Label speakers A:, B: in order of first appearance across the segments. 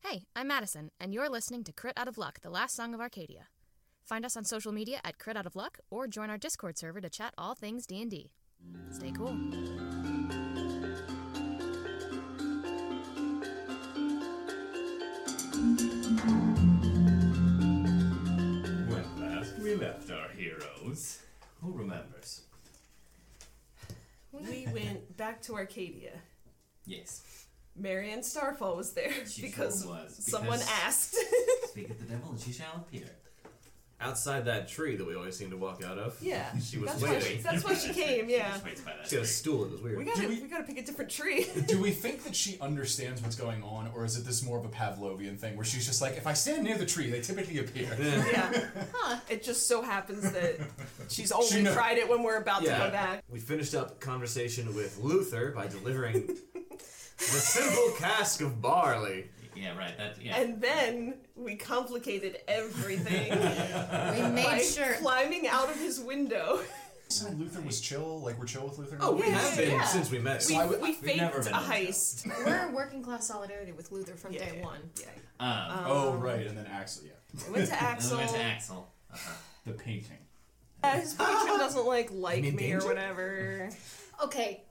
A: Hey, I'm Madison, and you're listening to Crit Out of Luck, the last song of Arcadia. Find us on social media at Crit Out of Luck or join our Discord server to chat all things D&D. Stay cool.
B: When last we left our heroes, who remembers?
C: We went back to Arcadia.
B: Yes.
C: Marion Starfall was there
B: She
C: because
B: sure was,
C: someone
B: because-
C: asked.
B: Speak of the devil and she shall appear.
D: outside that tree that we always seem to walk out of.
C: yeah,
D: She was
C: that's why she,
D: waiting.
C: that's why she came. Yeah,
B: Just waits by that
D: She had a
B: tree.
D: stool. It was
C: we
D: weird.
C: gotta
E: Do
C: we...
E: we-
C: gotta pick a different tree.
E: Do we think that she understands what's going on, or is it this more of a Pavlovian thing where she's just like, if I stand near the tree, they typically appear?
C: yeah, huh? It just so happens that she's only
E: She knows.
C: tried it when we're about to
D: Yeah.
C: go back.
D: We finished up conversation with Luther by delivering the simple cask of barley.
B: Yeah, right. That yeah.
C: And then we complicated everything
A: We
C: by
A: made sure.
C: climbing out of his window.
E: so Luther was chill, like we're chill with Luther.
D: Oh, we
C: Yeah,
D: have
C: yeah,
D: been
C: yeah.
D: since we met.
C: We,
E: I would-
C: we
B: we've
C: faked
B: never
C: a
B: been on the show.
C: heist.
F: We're working class solidarity with Luther from
C: Yeah,
F: day
C: yeah.
F: one.
C: Yeah.
B: um,
E: oh right, and then Axel, yeah,
C: We went to
B: and then we
C: Axel.
B: went to Axel. Uh-huh.
E: the painting.
C: Yeah, his boyfriend doesn't like like
D: mean
C: me
D: danger?
C: or whatever.
F: Okay,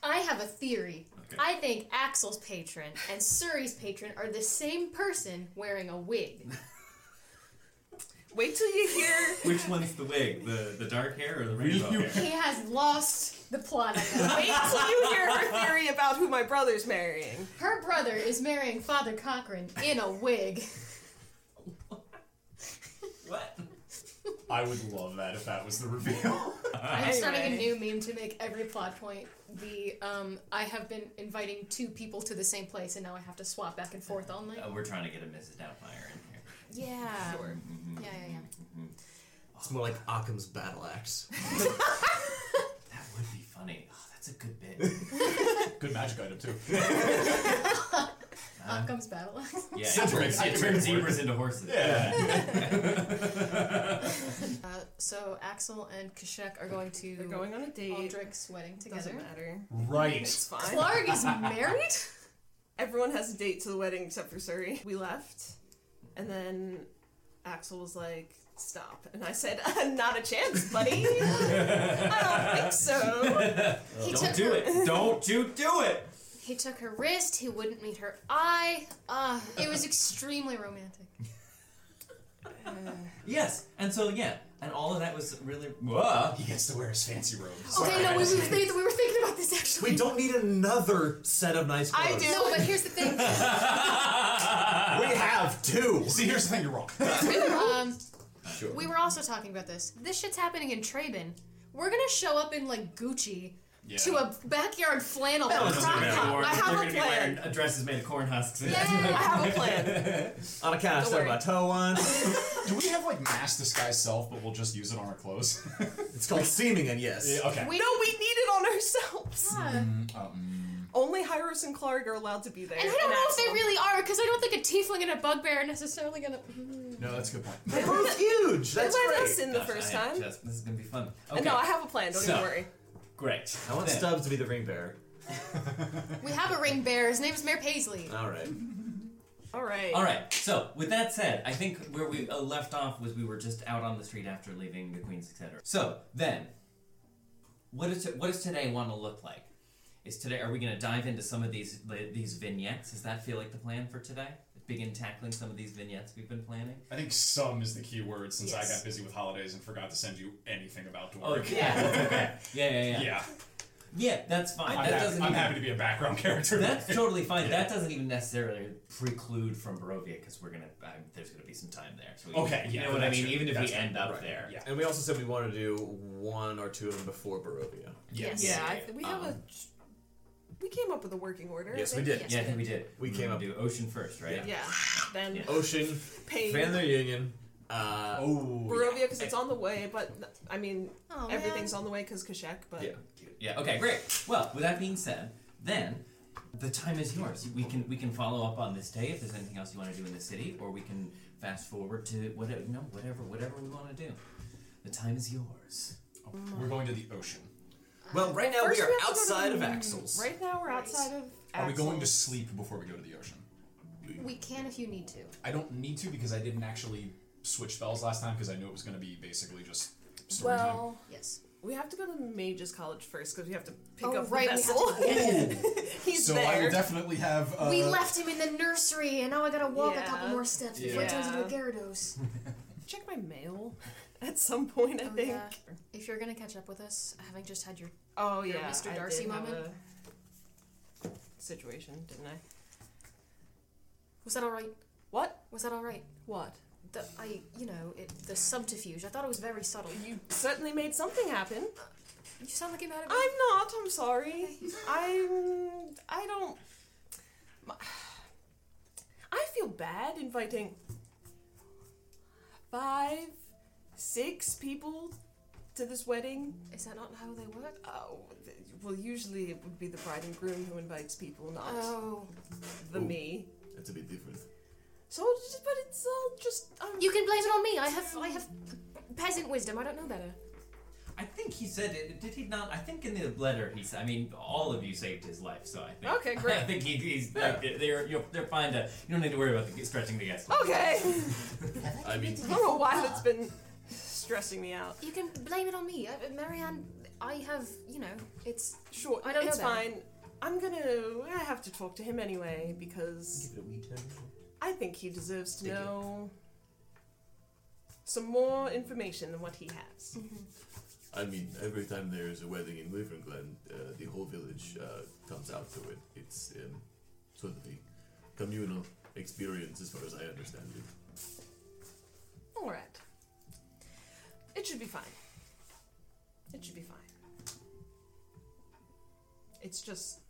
F: I have a theory.
B: Okay.
F: I think Axel's patron and Suri's patron are the same person wearing a wig.
C: Wait till you hear
B: Which one's the wig? The the dark hair or the rainbow
E: You-
B: hair?
F: He has lost the plot. of that.
C: Wait till you hear her theory about who my brother's marrying.
F: Her brother is marrying Father Cochran in a wig.
B: What?
E: I would love that if that was the reveal.
F: I'm starting a
C: Anyway.
F: new meme to make every plot point the um I have been inviting two people to the same place and now I have to swap back and forth all night.
B: Uh, we're trying to get a Mrs. Doubtfire in here.
F: Yeah. Yeah, yeah, yeah.
D: It's more like Occam's battle axe.
B: That would be funny. Oh, that's a good bit.
E: Good magic item too.
F: Up comes battle. axe.
B: Yeah, it
E: Simple.
B: turns,
E: I
B: it
E: can
B: turns
E: make it work.
B: zebras into horses.
E: Yeah.
F: uh, so Axel and Kashek are going to
C: They're going on a date.
F: Aldrich's wedding together.
C: Doesn't matter. It's
E: Right.
C: fine.
F: Clark is married?
B: Oh,
C: Everyone has a date to the wedding except for Suri. We left, and then Axel was like, "Stop," and I said, "Not a chance, buddy. I don't think so."
F: He
B: Don't
F: took
B: do
F: her,
B: it. Don't you do it.
F: He took her wrist, he wouldn't meet her eye. Uh, it was extremely romantic.
B: Yes. And so yeah, and all of that was really Whoa.
E: He gets to wear his fancy robes.
D: Oh,
F: Okay, no, we, we, were thinking- we were thinking about this actually.
D: We don't need another set of nice
C: I
D: clothes.
C: do.
F: No, but here's the thing.
D: We have two.
E: See, here's the thing you're wrong.
F: Um,
D: Sure.
F: We were also talking about this. This shit's happening in Traben. We're gonna show up in like Gucci to a backyard flannel
D: That
F: and
D: was
F: crop
D: a bad
F: top.
B: Or
C: I
B: they're
C: have
B: gonna
C: a
B: be
C: plan.
B: wearing dresses made of corn husks.
C: I
F: Yeah.
C: have a plan.
D: On account I
F: Don't
D: stubbed
F: worry.
D: my toe once.
E: Do we have like mass disguise self, but we'll just use it on our clothes?
D: it's called seeming, and yes.
E: Yeah, okay.
F: We
C: No, we need it on ourselves.
F: Yeah.
D: Mm.
C: Only Hyros and Clark are allowed to be there.
F: And I don't know if they
C: Axel.
F: really are, because I don't think a tiefling and a bugbear are necessarily gonna.
E: No, that's a good point.
D: They're both huge.
C: They
D: That's
C: let
D: great.
C: us in the first
B: I am
C: time.
B: just- this is gonna be fun.
C: And
B: Okay.
C: No, I have a plan. Don't
B: So-
C: even worry.
B: Great.
D: I want
B: Then-
D: Stubbs to be the ring bearer.
F: We have a ring bearer. His name is Mayor Paisley.
D: All right.
C: All right.
B: All right. So with that said, I think where we uh, left off was we were just out on the street after leaving the Queen's, etc. So then, what is what does today want to look like? Is today are we going to dive into some of these li- these vignettes? Does that feel like the plan for today? Begin tackling some of these vignettes we've been planning.
E: I think some is the key word since I
C: Yes.
E: got busy with holidays and forgot to send you anything about
B: Oh
E: Dwarf.
B: yeah, yeah, yeah, yeah, yeah.
E: Yeah.
B: that's fine.
E: I'm,
B: that
E: happy,
B: doesn't
E: I'm
B: even,
E: happy to be a background character.
B: That's totally fine. That doesn't even necessarily preclude from Barovia because we're gonna I, there's gonna be some time there. So we-
E: Okay,
B: you
E: yeah,
B: know what I
E: that's
B: mean.
E: true.
B: Even if
E: That's
B: we
E: true.
B: end up
E: Right,
B: there,
E: yeah.
D: And we also said we want to do one or two of them before Barovia.
E: Yes.
C: Yeah, I th- we have a.
B: Um,
C: We came up with a working order. I
D: Yes, we
C: think.
D: did.
F: Yes.
B: Yeah, I think we did.
D: We came
B: gonna
D: up-
B: do ocean first, right?
C: Yeah. Then
B: Yeah.
D: Ocean,
C: Pain.
D: Van der Union, uh,
E: Oh.
C: Barovia because it's on the way, but n- I mean
F: Oh,
C: everything's on the way because Kashek. But
D: yeah.
B: Yeah. Okay. Great. Well, with that being said, then the time is yours. We can we can follow up on this day if there's anything else you want to do in the city, or we can fast forward to whatever. No, whatever, whatever we want to do. The time is yours.
E: We're going to the ocean.
D: Well, right now
C: First
D: we are
C: we have to go to
D: outside
C: the-
D: of Axel's.
C: right now we're outside of.
E: Are we going to
C: Axel's.
E: sleep before we go to the ocean?
F: We can if you need to.
E: I don't need to because I didn't actually switch spells last time because I knew it was going to be basically just story
G: Well,
F: Yes.
C: We have to go to Mage's College first because we have to pick
F: Oh,
C: up
F: right,
C: the
F: we
C: vessel.
F: have to get
C: He's
E: time. So I
C: there.
E: will definitely have. Uh,
F: we left him in the nursery, and now I gotta walk a couple
C: Yeah.
F: more steps before it turns into a
C: Yeah.
F: Gyarados.
C: Check my mail at some point. I
F: Oh,
C: think.
F: yeah. if you're gonna catch up with us, having just had your
C: Oh
F: Your
C: yeah,
F: Mr.
C: I
F: Darcy
C: did have
F: moment?
C: a Situation, didn't I?
F: was that all right?
C: What?
F: Was that all right?
C: What?
F: The I, you know, it, the subterfuge. I thought it was very subtle.
C: You certainly made something happen.
F: You sound like you mad at me.
C: I'm not. I'm sorry. I'm. I don't. I feel bad inviting five, six people to this wedding.
F: Is that not how they work?
C: Oh, th- well, usually it would be the bride and groom who invites people, not
F: Oh,
C: the me.
D: That's a bit different.
C: So, it's just- but it's all just. Um,
F: you can blame it on me. I have, I have peasant wisdom. I don't know better.
B: I think he said it. Did he not? I think in the letter he said. I mean, all of you saved his life, so I think.
C: Okay, great.
B: I think he, he's like, they're you're, they're fine to. You don't need to worry about the, stretching the guest. line.
C: Okay.
D: I mean,
C: I don't know why that's been stressing me out.
F: You can blame it on me. I, Marianne, I have, you know, it's
C: Sure,
F: I don't know
C: it's
F: about
C: fine. I'm gonna. I have to talk to him anyway because
G: Give it a wee turn.
C: I think he deserves to
G: Thank you.
C: know some more information than what he has.
F: Mm-hmm.
H: I mean, every time there is a wedding in Wyvern Glen, uh, the whole village uh, comes out to it. It's um, sort of a communal experience, as far as I understand it.
C: All right. It should be fine. It should be fine. It's just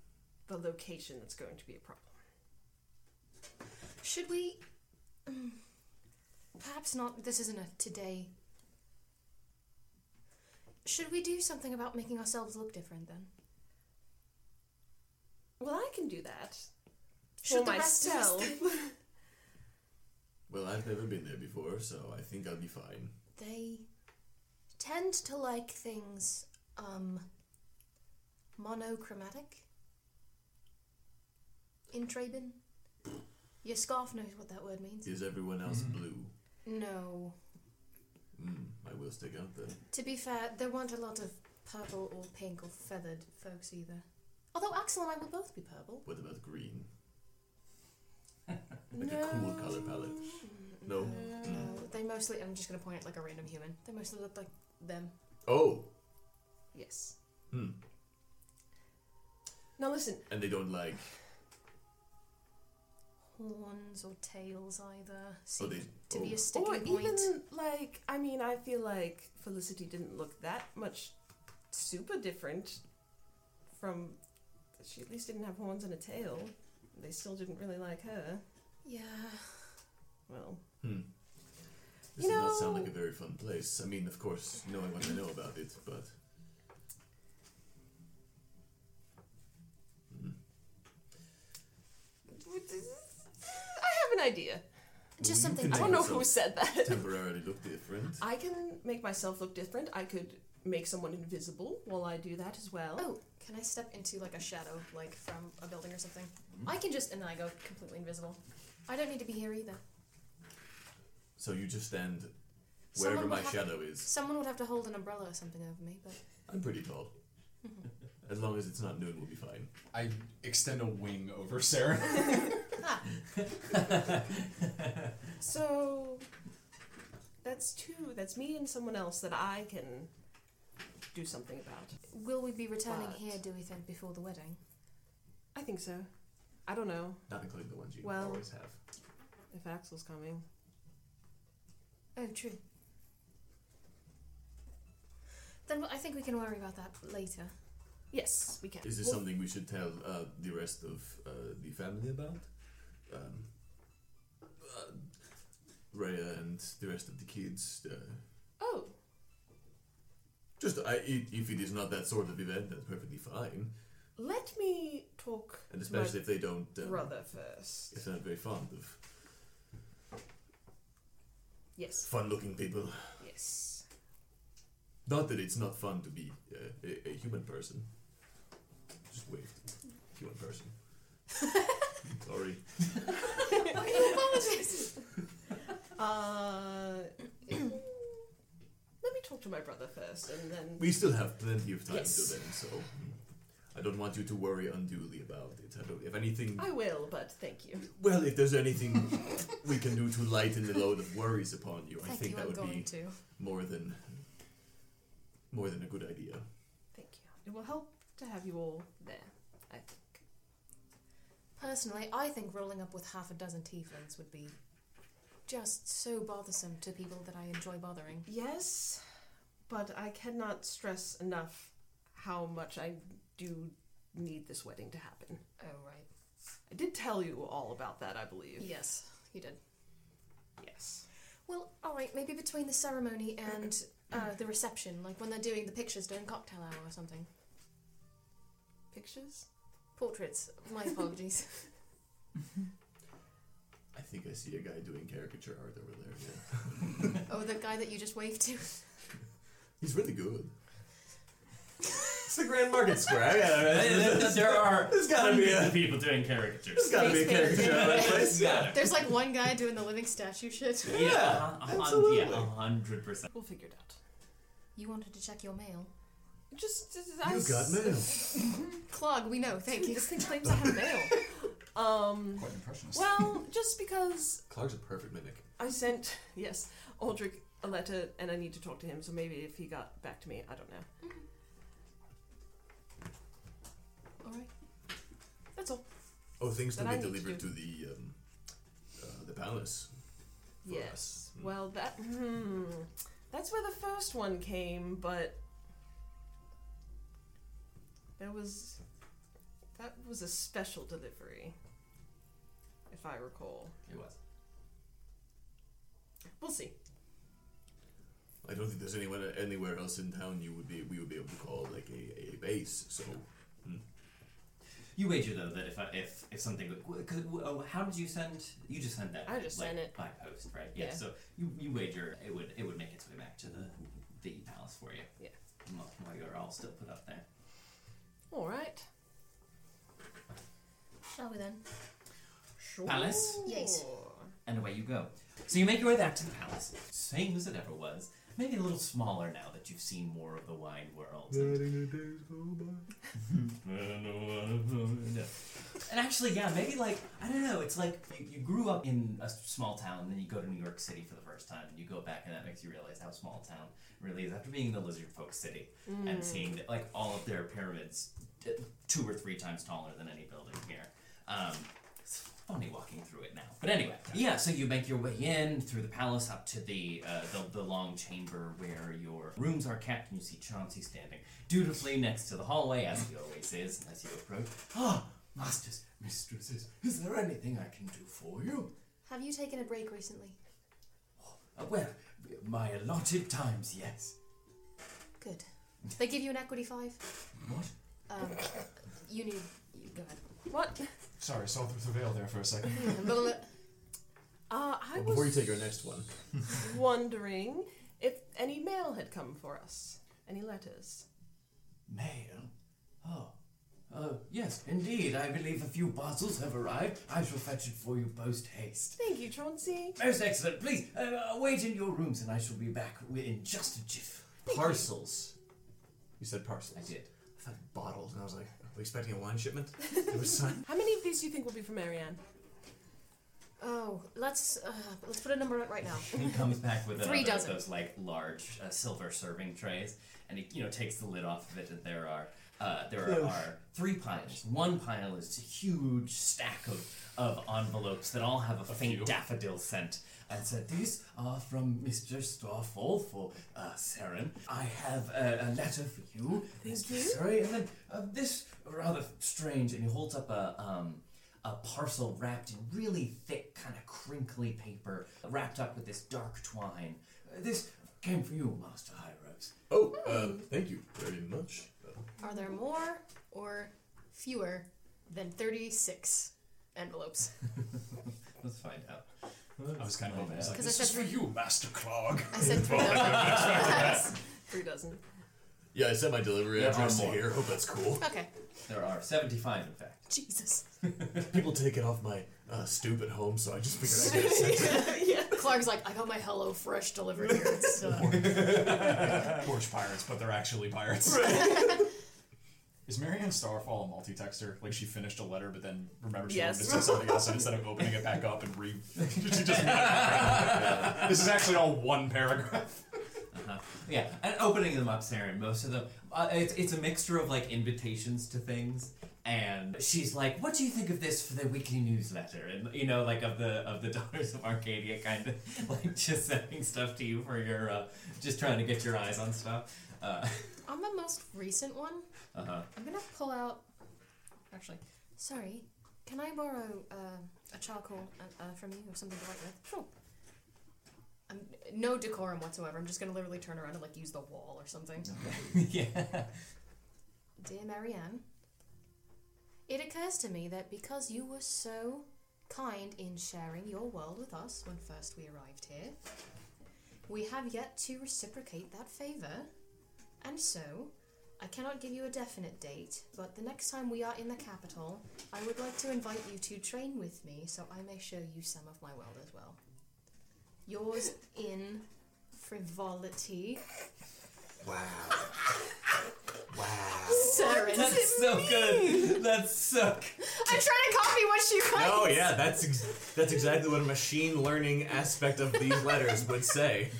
C: the location that's going to be a problem.
F: Should we? mm, Perhaps not. This isn't a today. Should we do something about making ourselves look different then?
C: Well, I can do that
F: Should
C: for
F: the rest of us
C: myself.
H: Well, I've never been there before, so I think I'll be fine.
F: They tend to like things, um, monochromatic. In Traben? Your scarf knows what that word means.
H: Is everyone else
D: Mm-hmm.
H: blue?
F: No.
H: Mm, I will stick out there.
F: To be fair, there weren't a lot of purple or pink or feathered folks either. Although Axel and I will both be purple.
H: What about green? Like a cool color palette. No.
F: No, they mostly. I'm just gonna point at like a random human. They mostly look like them.
H: Oh,
C: yes.
H: Hmm.
C: Now listen.
H: and they don't like.
F: Horns or tails, either.
H: Oh,
F: Seem
H: they.
F: to be
H: oh.
F: a sticking
C: or
F: point.
C: even like i mean i feel like felicity didn't look that much super different from she at least didn't have horns and a tail they still didn't really like her
F: Yeah.
C: well
H: Hmm. This
C: You
H: does not sound
C: know-
H: like a very fun place. I mean, of course, knowing what I know about it, but
C: i have an idea
F: Just
H: Well, you
F: something.
H: can
C: i
F: I
C: don't know
H: so-
C: who said that
H: temporarily look different.
C: i can make myself look different i could make someone invisible while i do that as well
F: Oh, can I step into like a shadow, like from a building or something? I can just, and then I go completely invisible. I don't need to be here either.
H: So you just stand wherever
F: Someone would
H: my
F: have-
H: shadow is.
F: Someone would have to hold an umbrella or something over me, but
H: I'm pretty tall. as long as it's not noon, we'll be fine.
E: I extend a wing over Sarah.
C: so that's two that's me and someone else that i can do something about
F: will we be returning
C: But-
F: here? Do we think before the wedding?
C: i think so i don't know
H: Not including the ones you
C: Well-
H: always have.
C: if axel's coming
F: Oh, true. Then I think we can worry about that later.
C: Yes, we can.
H: Is this
C: Well,
H: something we should tell uh, the rest of uh, the family about? Um, uh, Raya and the rest of the kids. Uh,
C: Oh,
H: just I, i if it is not that sort of event, that's perfectly fine.
C: let me talk to
H: And
C: my
H: especially if they don't. Um,
C: brother first.
H: If they're not very fond of
C: Yes,
H: fun-looking people.
C: yes.
H: Not that it's not fun to be uh, a, a human person. Just waved. Human person. Sorry.
C: Uh, let me talk to my brother first, and then
H: We still have plenty of time
C: Yes.
H: till then, so I don't want you to worry unduly about it. I don't, if anything,
C: I will. But thank you.
H: well, if there's anything we can do to lighten the load of worries upon you, I
F: Thank
H: think
F: you,
H: that
F: I'm
H: would
F: going
H: be
F: to.
H: more than more than a good idea.
C: Thank you. It will help to have you all there. I think.
F: Personally, I think rolling up with half a dozen tieflings would be just so bothersome to people that I enjoy bothering.
C: Yes, but I cannot stress enough how much I do need this wedding to happen.
F: Oh, right.
C: I did tell you all about that, I believe.
F: Yes, you did.
C: Yes.
F: Well, all right, maybe between the ceremony and uh, the reception, like when they're doing the pictures during cocktail hour or something.
C: Pictures?
F: Portraits. My apologies.
H: I think I see a guy doing caricature art over there. Yeah,
F: oh, the guy that you just waved to.
H: he's really good.
D: It's the Grand Market Square. I gotta-
B: there are
D: There's gotta be
B: hundreds
D: a-
B: of people doing caricatures.
D: There's gotta be a caricature out of that place.
B: Yeah.
F: There's like one guy doing the living statue shit.
B: Yeah, a hun-
D: absolutely.
B: yeah, a hundred percent.
C: We'll figure it out.
F: You wanted to check your mail.
C: Just
H: You
C: I
H: have got
C: s-
H: mail.
F: Clog, we know, thank you.
C: This thing claims I have mail. Um.
E: Quite impressionist.
C: Well, just because
H: Clark's a perfect mimic.
C: I sent yes Aldrich a letter and I need to talk to him, so maybe if he got back to me, I don't know.
F: All right.
C: That's all.
H: Oh, things to
C: That I
H: be
C: need to
H: delivered to,
C: do.
H: the um, uh, the palace. For
C: Yes.
H: us.
C: Well, that hmm, that's where the first one came, but there was that was a special delivery, if I recall.
B: It was.
C: We'll see.
H: I don't think there's anyone anywhere else in town you would be we would be able to call like a, a base. So
B: You wager though that if I, if if something would- cause, oh, how did you send you just sent that
C: I just
B: like,
C: sent it.
B: by post right yeah,
C: Yeah.
B: so you, you wager it would it would make its way back to the the palace for you
C: Yeah.
B: while while you're all still put up there
C: All right.
F: Shall we then?
C: Sure.
B: Palace?
F: Yes.
B: and away you go so you make your way back to the palace same as it ever was maybe a little smaller now that you've seen more of the wine world and And actually, yeah, maybe like I don't know. It's like you, you grew up in a s- small town, and then you go to New York City for the first time, and you go back, and that makes you realize how small town really is. After being in the lizard folk city and seeing that, like all of their pyramids, t- two or three times taller than any building here. Um, it's funny walking through it now. But anyway, yeah. So you make your way in through the palace up to the uh, the, the long chamber where your rooms are kept, and you see Chauncey standing dutifully next to the hallway, as he always is, as you approach. Ah, masters, mistresses, is there anything I can do for you?
F: Have you taken a break recently?
B: Uh, well, my allotted times, yes.
F: Good. They give you an equity five.
B: What?
F: Um, you need. You, go ahead.
C: What?
E: Sorry, saw through the veil there for a second.
C: Uh, I
H: Well, before you
C: was
H: take your next one,
C: wondering if any mail had come for us. Any letters?
B: Mail? Oh. Oh, yes, indeed. I believe a few parcels have arrived. I shall fetch it for you post haste.
C: Thank you, Chauncey.
B: Most excellent. Please, uh, wait in your rooms and I shall be back in just a jiff.
D: Parcels. You said parcels.
B: I did.
D: I thought bottles, and I was like, are we expecting a wine shipment? It was sign-
C: How many of these do you think will be from Marianne?
F: Oh, let's uh, let's put a number out right now.
B: He comes back with
F: Three
B: another of
F: dozen.
B: those like large uh, silver serving trays, and he you know takes the lid off of it, and there are uh, there are, are three piles. One pile is a huge stack of, of envelopes that all have a, faint daffodil scent. And so these are from Mr. Starfall for uh, Saren. I have a, a letter for you. Thank you. Sorry, and then uh, this rather strange, and he holds up a um, a parcel wrapped in really thick, kind of crinkly paper, wrapped up with this dark twine. Uh, This came from you, Master Hyros.
H: oh, um, thank you very much. Uh,
F: Are there more or fewer than thirty-six envelopes?
B: Let's find out.
E: I was kind of hoping. I was like,
F: 'Cause I
E: this
F: said
E: is for you, Master Clog.
F: I said three dozen.
C: Three dozen.
H: Yeah, I sent my delivery
B: There
H: address
B: are
H: to
B: more.
H: here. Hope that's cool.
F: Okay.
B: There are 75, in fact.
F: Jesus.
H: People take it off my uh, stupid home, so I just figured I'd send it.
C: yeah.
F: Clark's like, I got my Hello Fresh delivered here. It's, uh,
E: Porch pirates, but they're actually pirates. Is Marianne Starfall a multi-texter? Like she finished a letter, but then remembered she
C: Yes.
E: wanted to say something else, and instead of opening it back up and re, she just. Yeah. This is actually all one paragraph.
B: Yeah, and opening them up, Saren. Most of them, uh, it's it's a mixture of like invitations to things, and she's like, "What do you think of this for the weekly newsletter?" And you know, like of the of the daughters of Arcadia, kind of like just sending stuff to you for your, uh, just trying to get your eyes on stuff. Uh uh-huh.
F: on the most recent one,
B: huh.
F: I'm gonna pull out. Actually, sorry. Can I borrow uh, a charcoal uh, uh, from you or something to write with? Sure. Um, no decorum whatsoever. I'm just gonna literally turn around and like use the wall or something.
B: yeah.
F: Dear Marianne, it occurs to me that because you were so kind in sharing your world with us when first we arrived here, we have yet to reciprocate that favour. And so, I cannot give you a definite date, but the next time we are in the capital, I would like to invite you to train with me so I may show you some of my world as well. Yours in frivolity,
D: Wow. wow.
F: Saren.
B: That's so good. That's so. Good.
F: I'm trying to copy what she writes.
D: Oh yeah, that's ex- that's exactly what a machine learning aspect of these letters would say.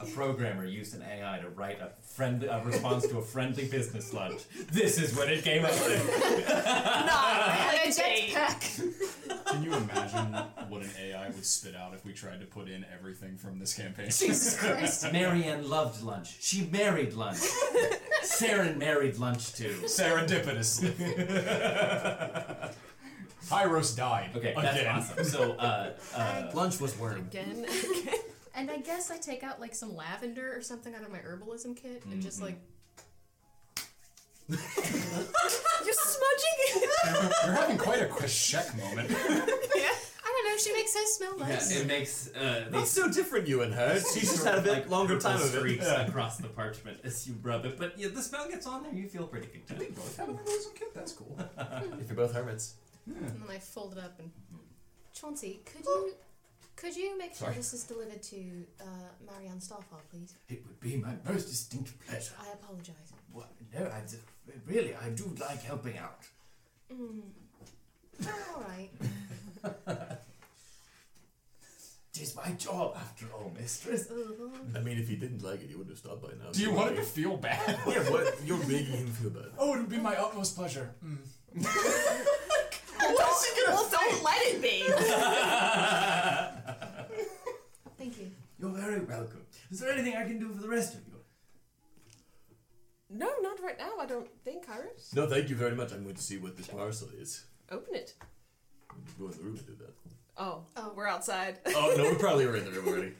B: A programmer used an AI to write a friendly a response to a friendly business lunch. This is what it came up with.
F: And a
C: date.
F: jetpack.
E: Can you imagine what an AI would spit out if we tried to put in everything from this campaign?
F: Jesus Christ.
B: Marianne loved lunch. She married lunch. Saren married lunch too.
E: Serendipitously. Hyros died.
B: Okay, that's
E: again.
B: awesome. So, uh, uh,
D: Lunch was worm.
C: Again.
F: And I guess I take out like some lavender or something out of my herbalism kit and
B: Mm-hmm.
F: just like
C: You're smudging it.
E: You're having quite a Kweshek moment.
F: I don't know, she makes her smell
B: yeah,
F: nice.
B: it makes uh,
D: Not
B: these
D: so different, you and her. She's just
B: sort
D: had a
B: of,
D: bit
B: like,
D: longer
B: purple
D: time of it.
B: streaks across the parchment as you rub it, but yeah, the smell gets on there. You feel pretty content.
E: Both have a Hyros kid? That's cool.
D: If you're both hermits,
F: And then I fold it up and Chauncey, could you could you make sure
B: Mm. Sorry.
F: this is delivered to uh, Marianne Starfall, please?
B: It would be my most distinct pleasure.
F: I apologize.
B: Well, no, I d- really I do like helping out.
F: All right.
B: Tis my job after all, mistress.
H: I mean, if he didn't like it, he wouldn't have stopped by now.
E: Do you want him to feel bad?
H: Yeah, what? You're making him feel bad.
E: Oh, it would be my utmost pleasure.
C: What is she gonna Well, don't let it be.
F: Thank you.
B: You're very welcome. Is there anything I can do for the rest of you?
C: no, not right now. I don't think, Iris.
H: No, thank you very much. I'm going to see what this parcel is.
C: Open it.
H: Go in the room and do that.
C: Oh,
F: Oh.
C: we're outside.
H: Oh no, we probably were in the room already.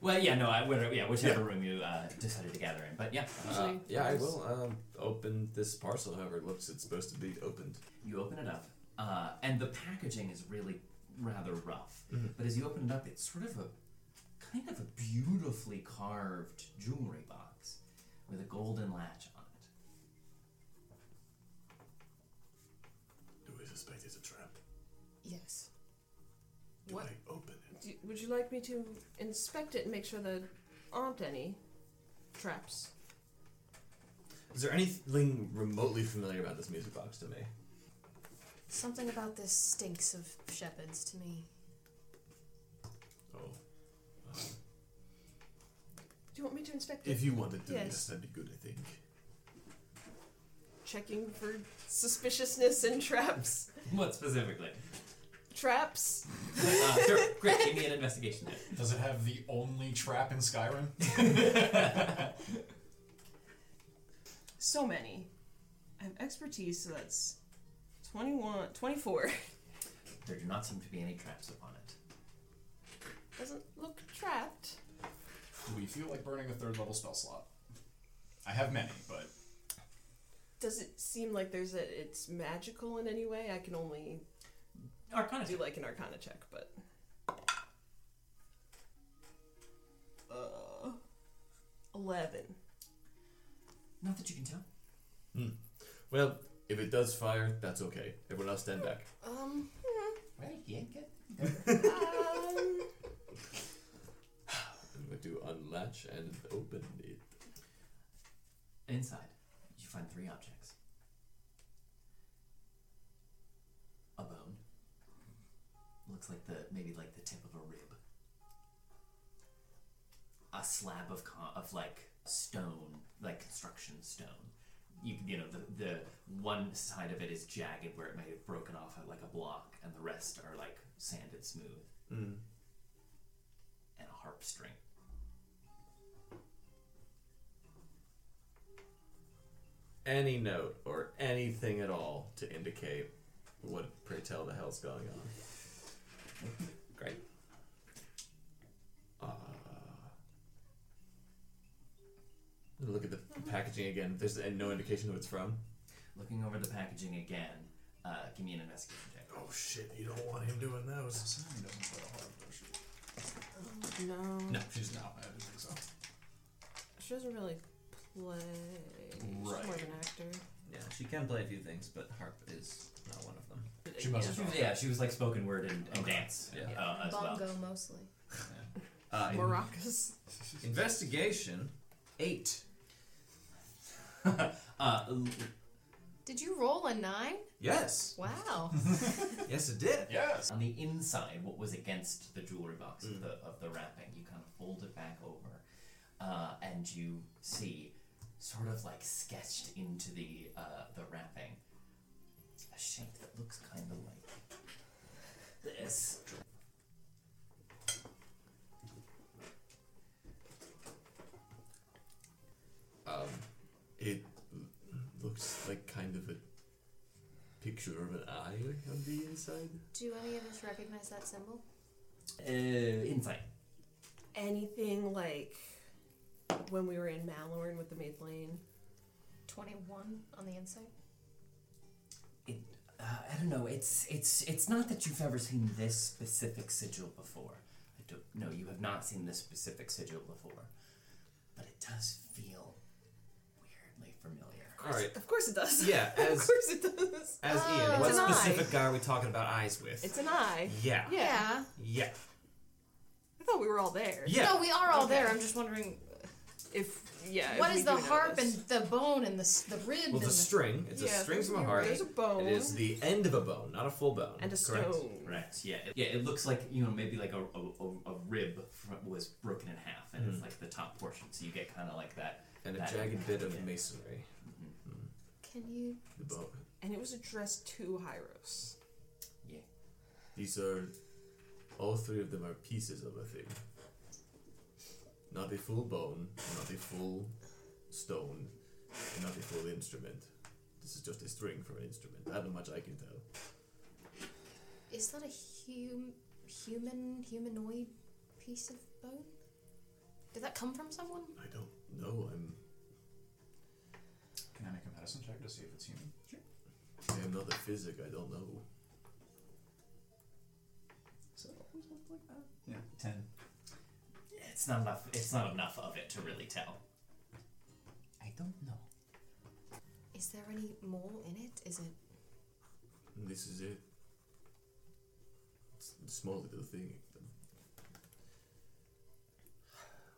B: Well, yeah, no, I, whatever, yeah, whichever room you uh, decided to gather in, but yeah.
D: uh, yeah, I will um, open this parcel. However, it looks it's supposed to be opened.
B: You open it up, uh, and the packaging is really rather rough. But as you open it up, it's sort of a kind of a beautifully carved jewelry box with a golden latch on it.
H: Do I suspect it's a trap?
F: Yes.
H: Do
F: What?
H: I open it?
C: Do, would you like me to inspect it and make sure there aren't any traps?
D: Is there anything remotely familiar about this music box to me?
F: Something about this stinks of shepherds to me.
H: Oh,
C: Do you want me to inspect it?
H: if you wanted to, yes,
C: Yes.
H: that'd be good. I think.
C: Checking for suspiciousness and traps.
B: What specifically?
C: traps.
B: uh, sure, great, give me an investigation there.
E: Does it have the only trap in Skyrim?
C: So many. I have expertise, so that's 21, 24.
B: There do not seem to be any traps upon it.
C: Doesn't look trapped.
E: Do we feel like burning a third level spell slot? I have many, but
C: Does it seem like there's a, it's magical in any way? I can only
B: Arcana
C: do like an arcana check, but. Uh, 11.
B: No, Not that you can tell.
H: Well, if it does fire, that's okay. Everyone else stand back.
F: Um,
B: Right, yeah, good.
C: hmm,
H: I'm going to unlatch and open it.
B: Inside, you find three objects a bone. Looks like the maybe like the tip of a rib. A slab of con- of like stone, like construction stone. You you know the the one side of it is jagged where it may have broken off at like a block, and the rest are like sanded smooth. And a harp string.
H: Any note or anything at all to indicate what, pray tell, the hell's going on. Great. Uh, look at the packaging again. There's uh, no indication who it's from.
B: Looking over the packaging again, uh, give me an investigation check.
D: Oh shit, you don't want him doing those.
E: Somebody doesn't play a harp, does she?
C: um, No.
E: No, she's not. I don't think so.
C: She doesn't really play. She's more of
E: Right.
C: an actor.
G: Yeah, she can play a few things, but harp is not one of them.
E: She must
B: She
E: have.
B: was- yeah, she was like spoken word and, and dance
G: Yeah.
B: uh, as
F: bongo
B: well.
F: mostly.
G: Uh, in-
C: Maracas.
G: investigation, eight.
B: Uh, l-
F: Did you roll a nine?
G: Yes,
F: Wow.
G: yes, it did.
E: Yes.
B: on the inside, what was against the jewelry box
E: Mm.
B: of, the, of the wrapping, you kind of fold it back over, uh, and you see, sort of like sketched into the uh, the wrapping, a shape that looks kind of like this.
H: Um, it l- looks like kind of a picture of an eye on the inside.
F: Do any of us recognize that symbol?
B: Uh, insight.
C: Anything like when we were in Malorn with the Maid Lane.
F: 21 on the inside?
B: It, uh, I don't know. It's it's it's not that you've ever seen this specific sigil before. I don't. No, you have not seen this specific sigil before, but it does feel weirdly familiar.
G: All right.
C: Of course it does.
G: Yeah,
C: of
G: as
C: course it does.
G: as Ian, what
C: It's an eye.
G: specific guy are we talking about eyes with?
C: It's an eye.
G: yeah,
C: Yeah.
G: yeah,
C: I thought we were all there.
G: yeah.
F: No, we are all there. I'm just wondering
C: If yeah.
F: what
C: if
F: is
C: we
F: the
C: do know
F: harp
C: this.
F: and the bone and the, s- the rib
G: well,
F: and
G: the
F: the.
G: string. It's
C: Yeah,
G: a string from a
C: you're
G: heart.
C: right. There's a bone.
G: It is the end of a bone, not a full bone.
C: and a
G: Correct.
C: stone.
B: Correct. Yeah. It, yeah. It looks like you know maybe like a a, a, a rib fr- was broken in half, and it's like the top portion. So you get kind of like that.
G: And a
B: that
G: jagged bit of
B: Yeah.
G: masonry.
F: Can you.
H: The bone.
C: And it was addressed to Hyros.
B: Yeah.
H: These are all three of them are pieces of a thing. Not a full bone, not a full stone, and not a full instrument. This is just a string from an instrument. I don't know much I can tell.
F: Is that a hum, human, humanoid piece of bone? Did that come from someone?
H: I don't know. I'm
E: Can I make a medicine check to see if it's human?
H: I am not a physic. I don't know.
E: Does it always look like that? Yeah. Ten.
B: It's not enough. It's not enough of it to really tell. I don't know.
F: Is there any more in it? Is it.
H: And this is it. It's a small little thing.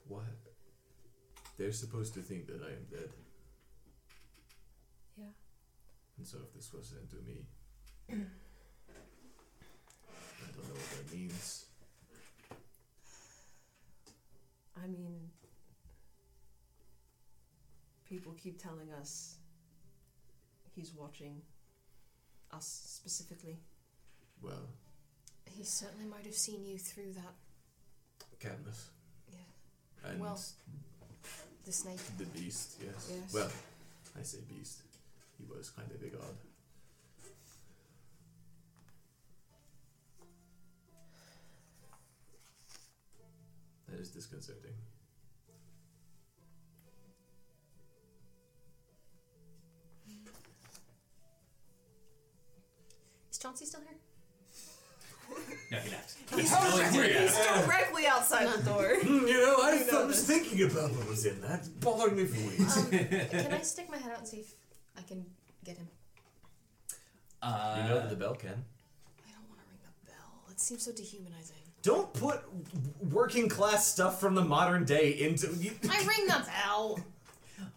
H: Why? They're supposed to think that I am dead.
C: Yeah.
H: And so if this was sent to me, I don't know what that means.
C: I mean, people keep telling us he's watching us specifically.
H: Well,
F: He certainly might have seen you through that.
H: Cadmus.
F: Yeah.
H: And
F: Well. The snake.
H: the beast, yes.
C: Yes.
H: Well, I say beast. He was kind of the god. That is disconcerting.
F: Is Chauncey still here?
B: No, he left.
C: He's directly outside the door.
H: Hmm, You know, I
C: know was this.
H: thinking Thinking about what was in that, it's bothering me for weeks.
F: Um, can I stick my head out and see if I can get him?
B: Uh,
D: you know that the bell can.
F: I don't want to ring the bell. It seems so dehumanizing.
D: Don't put working class stuff from the modern day into. You,
F: I ring the bell.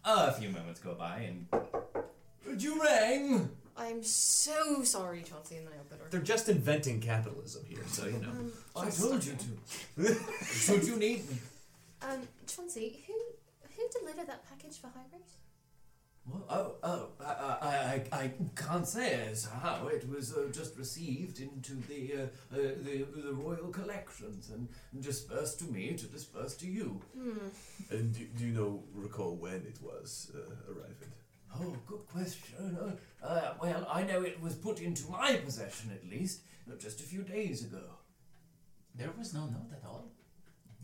B: a few moments go by and. You rang!
F: I'm so sorry, Chauncey and I are bitter.
D: they're just inventing capitalism here, so you know.
B: I told you to. Should you need me?
F: Um, Chauncey, who who delivered that package for High Rose?
B: Well, oh, oh, I, I, I, I can't say as how it was uh, just received into the, uh, uh, the the royal collections and dispersed to me to disperse to you.
H: And do, do you know, recall when it was uh, arrived?
B: Oh, good question. Uh, Uh, well, I know it was put into my possession at least uh, just a few days ago.
G: There was no note at all.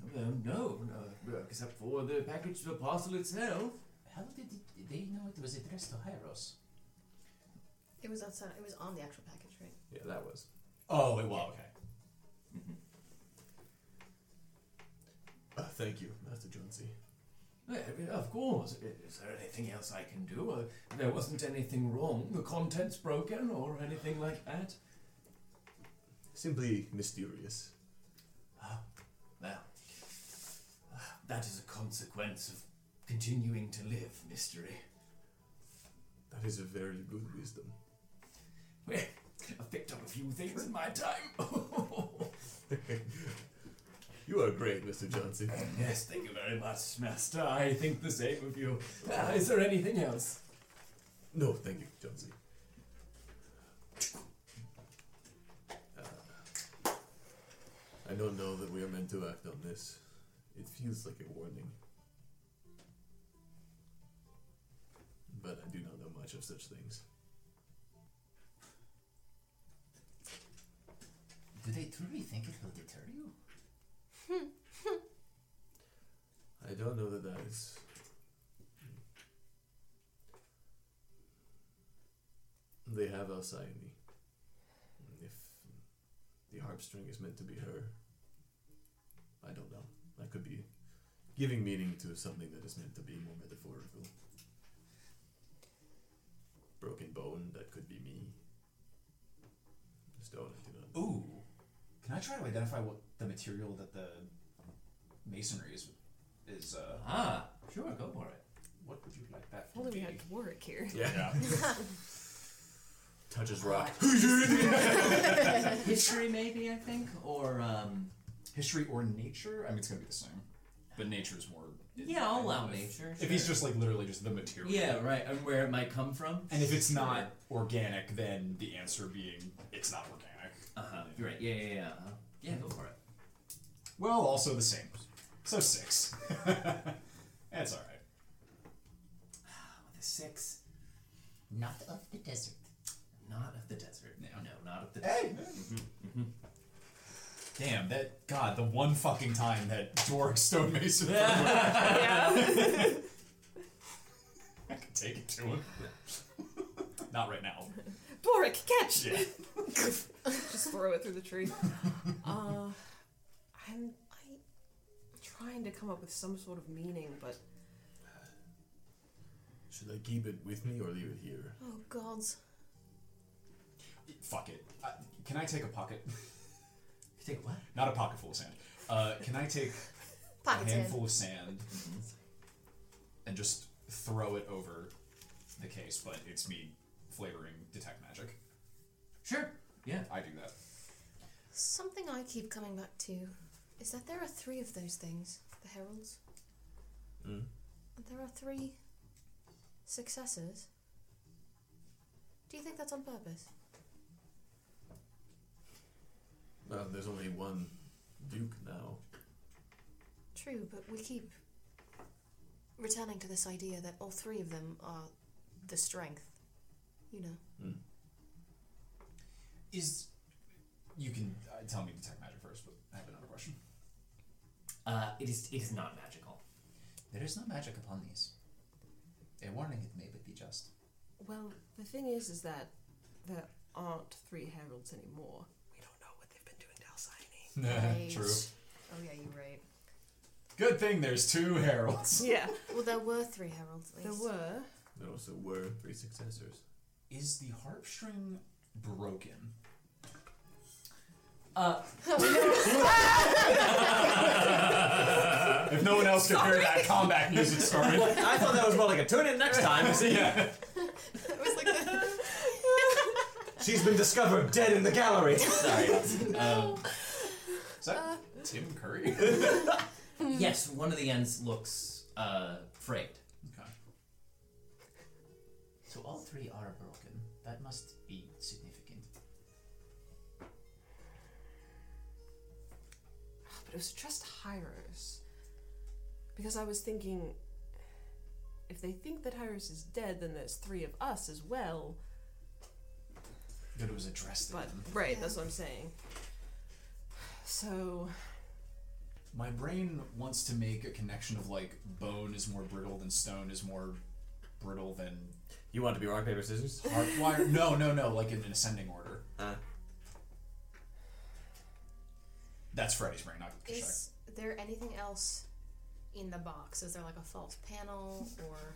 B: Uh, no, no, uh, except for the package, the parcel itself.
G: How did it- they know it was addressed to Hyros?
F: It was outside. It was on the actual package, right?
D: Yeah, that was.
E: Oh, it, well, okay.
H: Mm-hmm. Ah, thank you, Master Johnsey.
B: Well, of course. I- Is there anything else I can do? Uh, there wasn't anything wrong. The contents broken or anything like that.
H: Simply mysterious.
B: Well, that is a consequence of continuing to live, mystery.
H: That is a very good wisdom.
B: Well, I've picked up a few things in my time.
H: You are great, Mr. Johnsey.
B: yes, thank you very much, Master. I think the same of you. Ah, is there anything else?
H: No, thank you, Johnsey. Uh, I don't know that we are meant to act on this. It feels like a warning. But I do not know much of such things.
G: Do they truly think it will deter you?
H: I don't know that that is. They have Alcyone. And If the harp string is meant to be her, I don't know. That could be giving meaning to something that is meant to be more metaphorical. Broken bone, that could be me. Stone, I do not.
E: Ooh. Can I try to identify what the material that the masonry is? is uh,
B: Ah, sure, go for it.
E: what would you like that for?
C: Only we
E: Be?
C: had Warwick here.
E: Yeah.
D: Touches rock.
B: History, maybe, I think? Or, um.
E: History or nature? I mean, it's gonna be the same, but nature's more.
B: Yeah, I'll allow
E: If-
B: nature.
E: If he's
B: sure.
E: just like literally just the material.
B: Yeah, right, and where it might come from?
E: And if it's not organic, then the answer being it's not organic.
B: Uh huh, you're right, yeah, yeah, yeah. uh-huh. Yeah, go for it.
E: Well, also the same. So six. That's all right.
B: With a six,
G: Not of the desert.
B: not of the desert. No, no not of the desert.
E: Hey. Damn that! God, the one fucking time that dwarf stonemason. I
C: Yeah.
E: can take it to him. Not right now.
C: Warwick, catch!
E: Yeah.
C: Just throw it through the tree. Uh, I'm I trying to come up with some sort of meaning, but
H: Should I keep it with me or leave it here?
F: Oh gods!
E: Fuck it. Uh, can I take a pocket?
B: Take what?
E: Not a pocket full of sand. Uh, can I take a
F: Pockets in.
E: handful of sand
B: Mm-hmm.
E: and just throw it over the case? But it's me flavoring detect magic.
B: Sure. Yeah.
E: I do that.
F: Something I keep coming back to is that there are three of those things, the heralds. And there are three successors. Do you think that's on purpose?
H: Well, there's only one Duke now.
F: True, but we keep returning to this idea that all three of them are the strength. You know.
E: Is you can uh, tell me detect magic first, but I have another question.
B: Uh, it is. It is not magical.
G: There is no magic upon these. A warning it may but be just.
C: well, the thing is, is that there aren't three heralds anymore. We don't know what they've been doing to Alcyone.
E: Nah,
F: Right.
E: True.
F: Oh yeah, you're right.
E: Good thing there's two heralds.
C: Yeah.
F: Well, there were three heralds at
C: There
F: least.
C: were.
H: There also were three successors.
E: Is the harp string broken?
B: Uh,
E: If no one else could hear that combat music started.
D: I thought that was more like a tune in next time.
E: yeah.
F: It was like the-
D: She's been discovered dead in the gallery.
B: sorry. Um,
E: Is that
C: Uh.
E: Tim Curry?
B: yes, one of the ends looks uh, frayed.
E: Okay.
G: So all three are broken. That must be significant.
C: But it was just Hyros. Because I was thinking, if they think that Hyros is dead, then there's three of us as well.
E: That it was addressed to
C: But
E: him.
C: right, that's what I'm saying. So
E: My brain wants to make a connection of like bone is more brittle than stone is more brittle than
D: You want to be rock, paper, scissors?
E: harp wire. No, no, no, like in an ascending order.
D: Uh.
E: That's Freddy's brain, not Kashak.
F: Is there anything else in the box? Is there like a false panel or?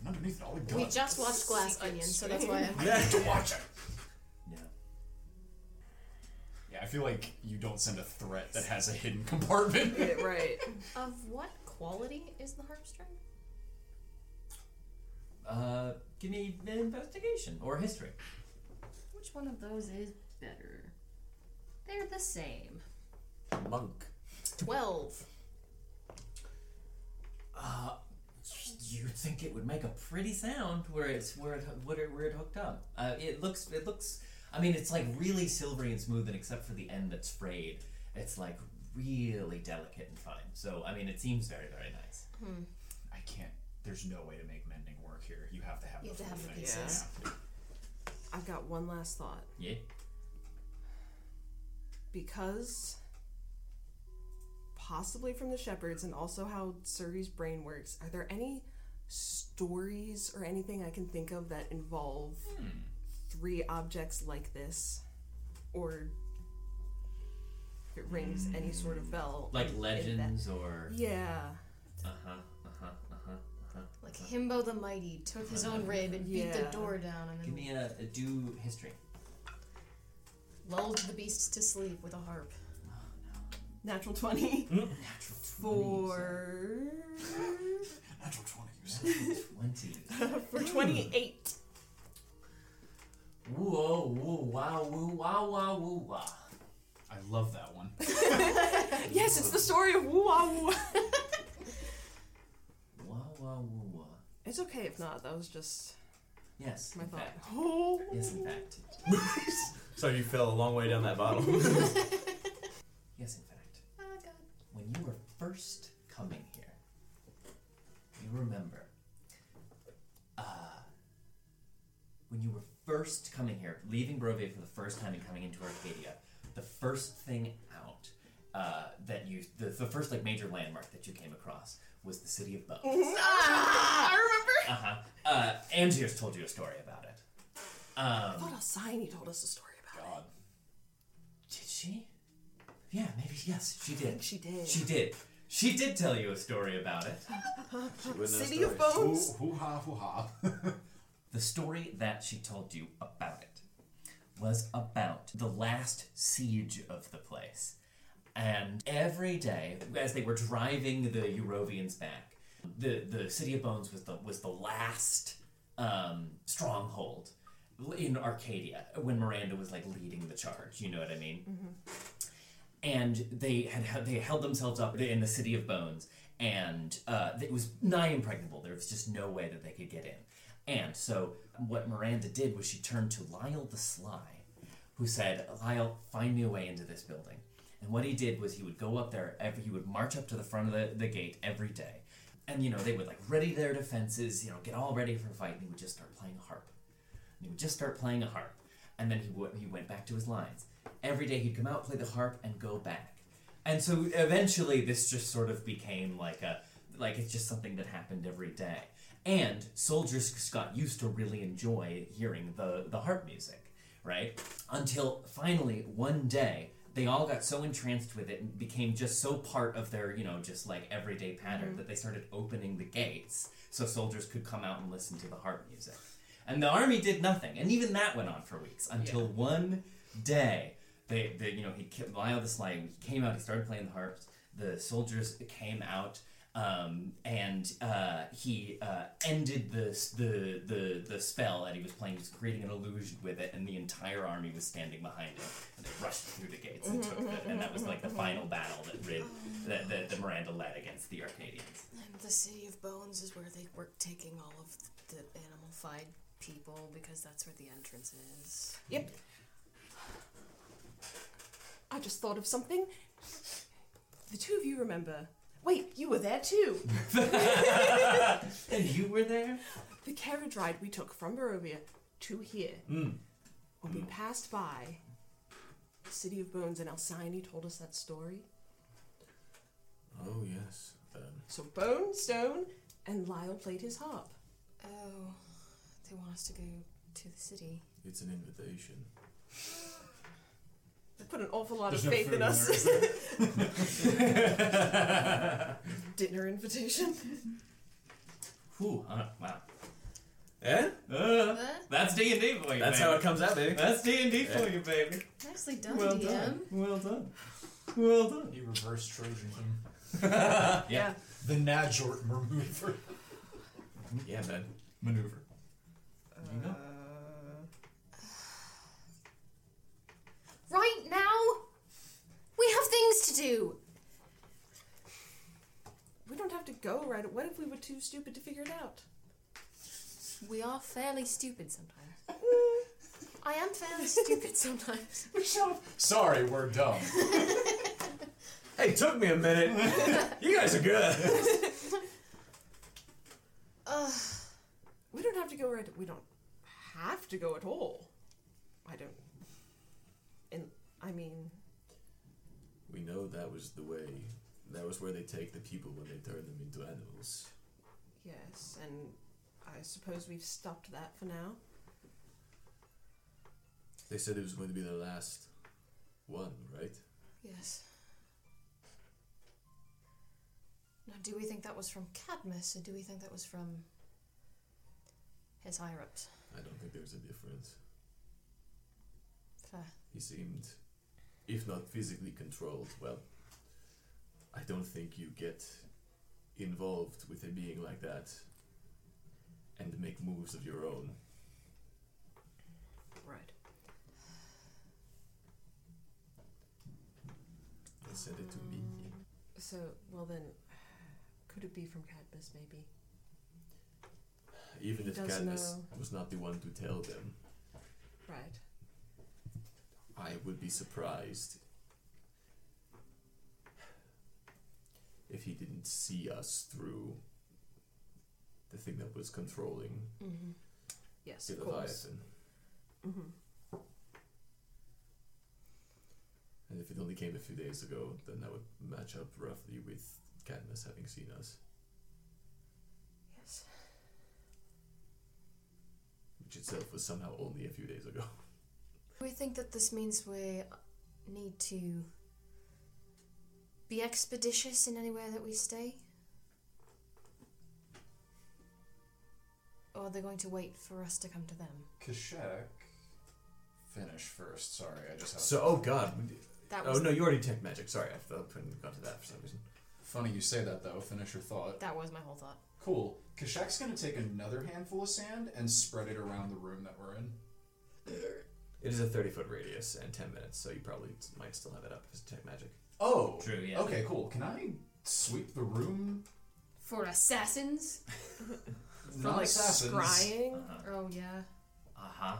E: And underneath it all the
F: We
E: guns.
F: just watched Glass
C: Secret
F: Onion, so that's why I'm.
E: I need to watch it.
B: Yeah.
E: Yeah, I feel like you don't send a threat that has a hidden compartment.
C: yeah, right.
F: Of what quality is the harp string?
B: Uh, give me an investigation or history.
I: Which one of those is better? They're the same.
D: Monk.
F: Twelve.
B: Uh, you think it would make a pretty sound where it's where it where it, where it hooked up? Uh, it looks it looks. I mean, it's like really silvery and smooth, and except for the end that's frayed, it's like really delicate and fine. So I mean, it seems very very nice.
E: I can't. There's no way to make mending work here. You have to have
F: You
E: the
F: have to
E: full
F: have the
E: thing.
F: pieces.
E: Yeah.
C: I've got one last thought.
B: Yeah.
C: Because possibly from the shepherds and also how Suri's brain works, are there any stories or anything I can think of that involve three objects like this? Or if it rings any sort of bell.
B: Like
C: in
B: legends or
C: that- Yeah.
B: uh huh uh huh uh huh uh huh.
F: Like Himbo the Mighty took his own rib and beat the
C: Yeah.
F: door down and
B: Give
F: then
B: me a, a do history.
F: lulled the beasts to sleep with a harp.
C: Natural 20
B: Natural
C: for.
E: Natural 20. you said.
B: twenty. Twenty.
C: for 28.
B: Whoa woo wow woo wow wow woo wah.
E: I love that one.
C: Yes, it's the story of Woo Wah Woo.
B: Wah wah woo wah.
C: It's okay if not, that was just
B: Yes.
C: my
B: in
C: thought.
B: fact.
C: Oh.
B: Yes, in fact.
D: So you fell a long way down that bottle.
B: Yes, in fact.
F: Oh god.
B: When you were first coming here, you remember. Uh, when you were first coming here, leaving Brovia for the first time and coming into Arcadia, the first thing out uh, that you, the, the first like major landmark that you came across was the city of bones. I remember. Uh huh. Uh, Angier's told you a story about it. Um,
C: What a sign you told us a story about.
E: God.
B: Did she? Yeah, maybe yes, she did.
C: she did.
B: She did. She did tell you a story about it.
C: City of
E: Hoo
C: Bones.
E: hoo ha hoo ha.
B: The story that she told you about it was about the last siege of the place. And every day, as they were driving the Eurovians back, the, the city of bones was the was the last um, stronghold in Arcadia when Miranda was like leading the charge. You know what I mean? and they had- had they held themselves up in the city of bones, and uh, it was nigh impregnable. There was just no way that they could get in. And so what Miranda did was she turned to Lyle the Sly, who said, "Lyle, find me a way into this building." And what he did was he would go up there every he would march up to the front of the, the gate every day. And you know, they would like ready their defenses, you know, get all ready for a fight, and he would just start playing a harp. And he would just start playing a harp. And then he, would, he went back to his lines. Every day he'd come out, play the harp, and go back. And so eventually this just sort of became like a, like it's just something that happened every day. And soldiers got used to really enjoy hearing the, the harp music, right? Until finally one day they all got so entranced with it and became just so part of their, you know, just like everyday pattern that they started opening the gates so soldiers could come out and listen to the harp music. And the army did nothing, and even that went on for weeks until one day they, they you know, he ki- Lyle the Slang he came out, he started playing the harps. The soldiers came out. Um, and uh, he uh, ended the, s- the the the spell that he was playing, just creating an illusion with it, and the entire army was standing behind him, and they rushed through the gates and took the, and that was like the final battle that rid that, that, that Miranda led against the Arcadians.
F: And the City of Bones is where they were taking all of the animalified people because that's where the entrance is.
C: Yep. I just thought of something. The two of you remember. Wait, you were there too.
B: And you were there.
C: The carriage ride we took from Barovia to here.
B: Hmm.
C: When we passed by the City of Bones and Alcyone told us that story.
H: Oh yes. Um,
C: So Bone, Stone, and Lyle played his harp.
F: Oh, they want us to go to the city.
H: it's an invitation.
C: They put an awful lot
E: There's
C: of
E: no
C: faith
E: food
C: in
E: in
C: us.
E: there, is there?
C: Dinner invitation.
B: Whew, uh, wow.
H: Eh?
B: Uh, that's D and D for you.
H: That's
B: baby.
H: how it comes out, baby.
B: That's D and D for you, baby.
I: Nicely done,
B: Well
I: DM.
B: done. Well done. Well done.
E: You reverse Trojan him.
B: Yeah.
E: The Najort maneuver.
H: Yeah, man.
E: Maneuver.
B: You
F: Uh,
B: know.
F: Right now, we have things to do.
C: We don't have to go right. What if we were too stupid to figure it out?
F: We are fairly stupid sometimes. I am fairly stupid sometimes.
E: Sorry, we're dumb.
D: Hey, took me a minute. you guys are good.
C: We don't have to go right. We don't have to go at all. I don't. And I mean,
H: We know that was the way. That was where they take the people when they turn them into animals.
C: yes, and I suppose we've stopped that for now.
H: They said it was going to be their last one, right?
F: Yes. Now, do we think that was from Cadmus, or do we think that was from his higher ups?
H: I don't think there's a difference.
F: Fair.
H: He seemed, if not physically controlled, well, I don't think you get involved with a being like that and make moves of your own.
C: Right.
H: They said it to me.
C: So, well then, could it be from Cadmus? Maybe.
H: Even if
C: Does
H: Cadmus
C: know.
H: was not the one to tell them,
C: Right.
H: I would be surprised if he didn't see us through the thing that was controlling
C: Yes,
H: the
C: of course. Mm-hmm.
H: Leviathan. And if it only came a few days ago, then that would match up roughly with Cadmus having seen us,
C: Yes.
H: which itself was somehow only a few days ago.
F: Do we think that this means we need to be expeditious in anywhere that we stay? Or are they going to wait for us to come to them?
E: Kashak. Finish first. Sorry, I just have.
D: So, oh god. we did-
F: That
D: Oh
F: was
D: no, you already checked magic. Sorry, I thought I couldn't got to that for some reason.
E: Funny you say that though. Finish your thought.
F: that was my whole thought.
E: Cool. Kashak's gonna take another handful of sand and spread it around the room that we're in.
D: It is a 30 foot radius and 10 minutes, so you probably might still have it up as tech magic.
E: Oh.
B: True, yeah.
E: Okay. Cool. Can I sweep the room?
I: For assassins?
C: For
E: Not
C: like
E: assassins.
C: scrying.
F: Oh, yeah.
B: Uh huh.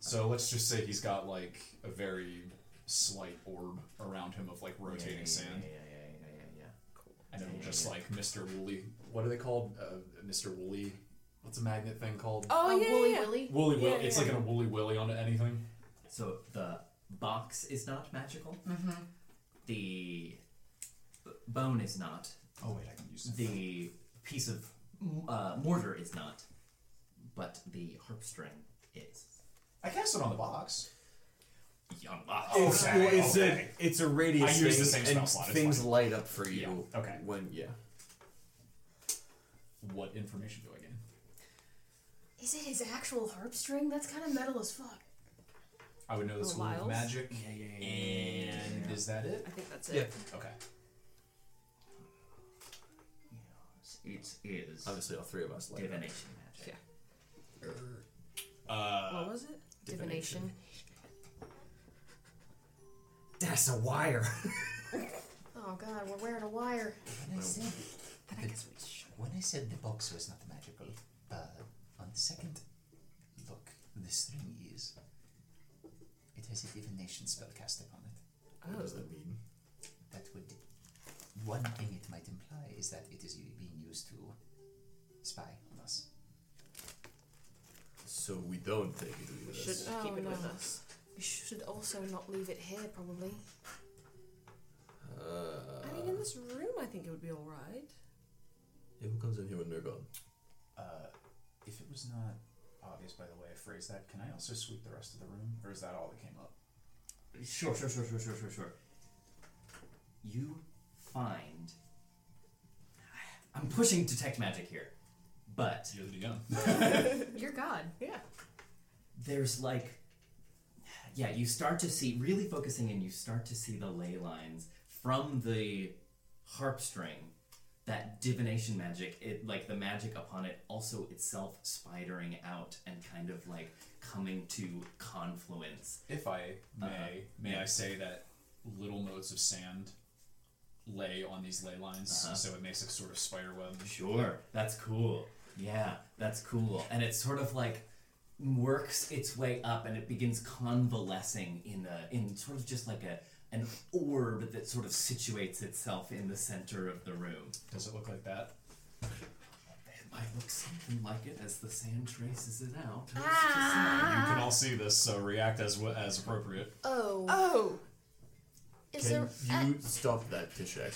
E: So let's just say he's got like a very slight orb around him of like rotating sand,
B: Yeah, yeah, yeah, yeah, yeah, yeah.
E: and it'll just like Mr. Wooly. What are they called? Uh, Mr. Wooly. What's a magnet thing called?
C: Oh, yeah,
F: Wooly
C: yeah.
F: Willy?
E: Wooly Willy.
C: Yeah,
E: It's
C: yeah.
E: like a Wooly Willy onto anything.
B: So the box is not magical. The b- bone is not.
E: Oh wait, I can use that.
B: The piece of uh, mortar is not. But the harp string is.
E: I cast it on the box.
B: Young Locke.
G: Oh.
E: It's- Oh, Okay, well,
H: it's
E: it's a- okay.
H: a it's a radius
E: I use
H: thing,
E: the same spell
H: and
E: slot, it's
H: things
E: fine.
H: light up for you.
E: Yeah, okay.
H: When yeah,
E: What information do I gain?
I: Is it his actual harp string? That's kind of metal as fuck.
E: I would know the
C: Or
E: school of
C: wiles?
E: magic. Yeah, yeah, yeah. And is that it?
C: I think that's
H: yeah.
C: it.
E: Okay.
B: It is
H: Obviously, all three of us light. Up.
B: divination magic.
E: Uh,
C: What was it?
F: Divination.
D: That's a wire.
F: Oh god, we're wearing a wire.
G: When I said, the- when I said the box was not magical, uh, on the second look, the string is. It has a divination spell cast upon it.
F: Oh.
H: What does that mean?
G: That would. One thing it might imply is that it is u- being used to spy on us.
H: So we don't take it with us.
C: Shouldn't
F: Oh,
C: keep it with
F: no.
C: us.
F: We should also not leave it here, probably.
C: I mean, in this room, I think it would be all right.
H: Yeah, who comes in here when we're gone?
E: uh, if it was not obvious by the way I phrased that, can I also sweep the rest of the room, or is that all that came up?
B: Sure, sure, sure, sure, sure, sure, sure. You find. I'm pushing detect magic here, but
E: You're the DM.
I: You're God.
C: Yeah.
B: there's like. Yeah, you start to see, really focusing in, you start to see the ley lines from the harp string, that divination magic, it like the magic upon it also itself spidering out and kind of like coming to confluence
E: If I may,
B: Uh-huh.
E: may I say that little motes of sand lay on these ley lines,
B: Uh-huh.
E: so it makes a sort of spider web.
B: Sure, that's cool. Yeah, that's cool. And it sort of like works its way up and it begins convalescing in a in sort of just like a an orb that sort of situates itself in the center of the room.
E: Does it look like that?
B: It might look something like it as the sand traces it out.
C: Ah.
E: You can all see this, so react as wa- as appropriate.
F: Oh,
C: Oh,
F: is
H: Can
F: there? uh,
H: you stop that, Tishak?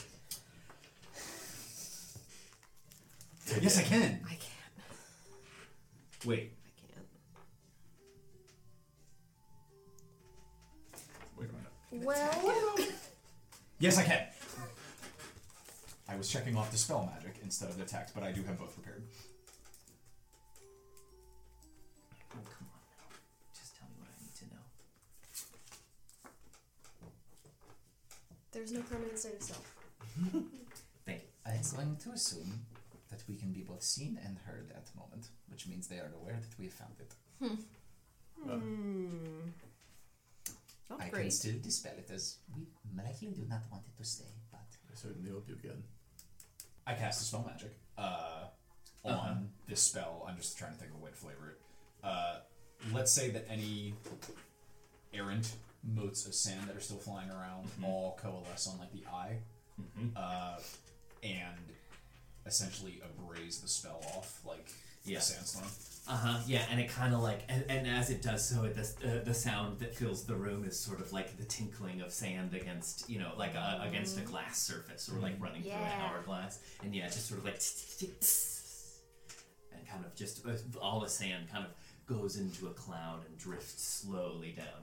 E: yes, I can.
C: I can't.
B: Wait,
C: I can't.
E: Wait a minute.
F: well,
E: Yes, I can. I was checking off the spell magic instead of the text, but I do have both prepared.
B: oh come on now. Just tell me what I need to know.
F: there's no permanent state of self.
B: Thank you.
G: I'm going to assume that we can be both seen and heard at the moment, which means they are aware that we have found it. I
C: Not
G: can
C: great.
G: still dispel it as we likely do not want it to stay, but
H: I certainly hope you can.
E: I cast a spell magic uh, on
G: Uh-huh.
E: this spell. I'm just trying to think of a way to flavor it. Uh, let's say that any errant motes of sand that are still flying around
G: Mm-hmm.
E: all coalesce on like the eye, uh, and essentially abrase the spell off like
B: Yeah.
E: the sandstorm.
B: Uh huh. Yeah, and it kind of like, and, and as it does so, it, the uh, the sound that fills the room is sort of like the tinkling of sand against, you know, like a, against a glass surface, or like running through an
F: Yeah.
B: hourglass, and yeah, just sort of like, and kind of just uh, all the sand kind of goes into a cloud and drifts slowly down.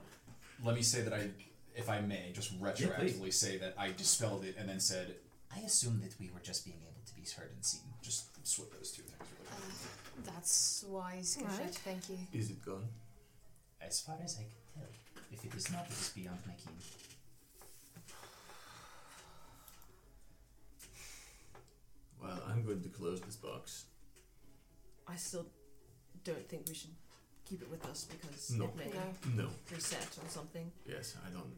E: Let me say that I, if I may, just
B: please.
E: retroactively say that I dispelled it and then said
G: I assume that we were just being able to be heard and seen.
E: just swap those two things really quick.
F: Uh, That's wise, Kashet.
C: Right.
F: Thank you.
H: Is it gone?
G: As far as I can tell, if it is not, it is beyond my ken.
H: Well, I'm going to close this box.
C: I still don't think we should keep it with us because
H: No.
C: it may
F: No.
H: No.
C: reset or something.
H: Yes, I don't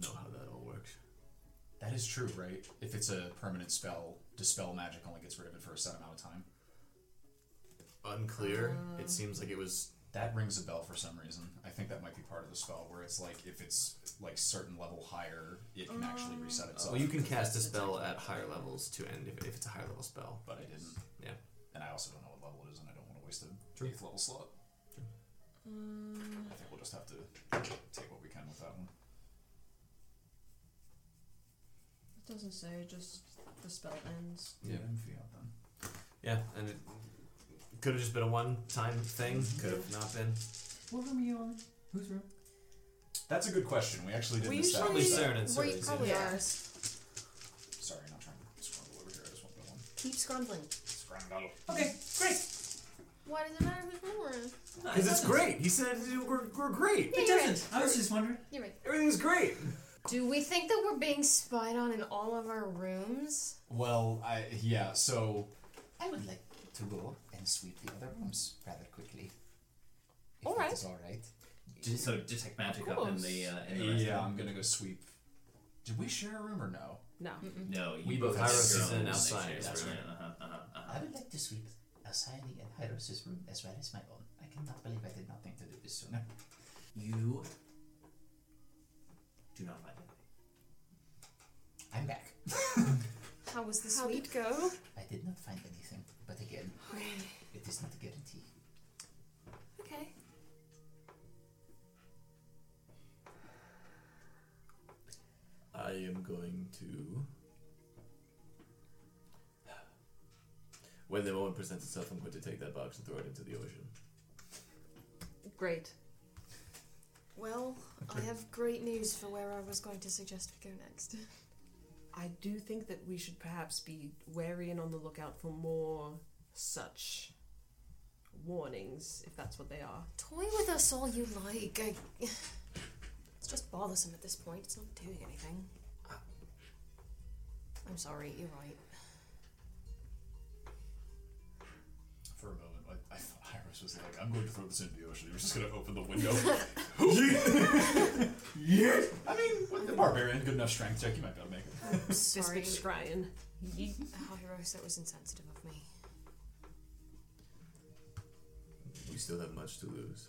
H: know how that all works.
E: That is true, right? If it's a permanent spell, dispel magic only gets rid of it for a set amount of time.
H: Unclear. it seems like it was.
E: That rings a bell for some reason. I think that might be part of the spell where it's like if it's like certain level higher, it can actually reset
H: So
G: Oh,
E: itself.
H: Oh, you can cast a spell at higher levels to end if, if it's a higher level spell.
E: but I didn't,
H: Yeah.
E: and I also don't know what level it is, and I don't want to waste a eighth level slot. I think we'll just have to take what we can with that one.
C: It doesn't say, just the spell ends.
H: Yeah.
E: and figure out then.
H: Yeah, and it
G: Mhm.
H: could have just been a one time thing, could have not been.
G: What were we on?
B: Who's room?
E: That's a good question. We actually did
C: We
E: this
C: usually-
E: that
B: Cern and
F: Where you
B: Ceres,
F: probably
C: yeah.
F: are.
E: Sorry, not trying to scramble over here. I just want that one.
F: Keep scrambling.
E: Scramble.
B: Okay, great.
I: Why does it matter who's rumoring?
D: Because it's great. He said we're, we're great.
B: It doesn't. I was just wondering.
I: You're right.
D: Everything's great.
F: Do we think that we're being spied on in all of our rooms?
E: Well, I yeah. So
G: I would like to go and sweep the other rooms rather quickly. If
F: All
G: that
F: right.
G: is all right.
B: Just so detect magic up in the uh, in the rest
E: yeah,
B: of
E: I'm gonna go sweep. Did we share a room or no?
C: No.
B: them. No, you
H: We both
B: have
H: have
B: your
H: our
B: own
H: own
B: outside
H: outside,
B: shares,
H: that's
B: right?
H: right.
B: Uh-huh, uh-huh, uh-huh.
G: I would like to sweep Alcyone and Hyros' room as well as my own. I cannot believe I did not think to do this sooner.
B: You do not find anything.
G: I'm back.
F: How was the
C: How'd
F: sweep?
C: it go?
G: I did not find anything, but again, it is not a guarantee.
C: Okay.
H: I am going to. When the moment presents itself, I'm going to take that box and throw it into the ocean.
C: Great.
F: Well, I have great news for where I was going to suggest we go next.
C: I do think that we should perhaps be wary and on the lookout for more such warnings, if that's what they are.
F: Toy with us all you like. I... It's just bothersome at this point. It's not doing anything. Uh, I'm sorry, you're right.
E: For a moment, I, I thought Hyros was like, "I'm going to throw this into the ocean." You're just gonna open the window. yeah. I mean, with the barbarian, good enough strength check, you might be able to make it.
F: I'm sorry,
C: Bispic Scryan.
F: Hyros, that was insensitive of me.
H: We still have much to lose.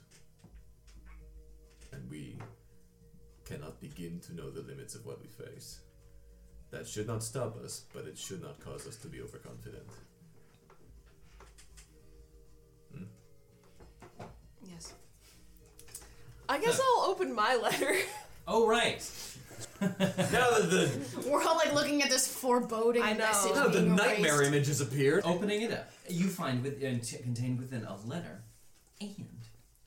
H: And we cannot begin to know the limits of what we face. That should not stop us, but it should not cause us to be overconfident.
F: Yes.
C: I guess I'll open my letter.
B: Oh right.
D: Now that the,
F: We're all like looking at this foreboding
C: I know.
F: message.
D: now that the
F: being
D: nightmare
F: erased.
D: image has appeared.
G: Oh.
B: Opening it up, you find within t- contained within a letter and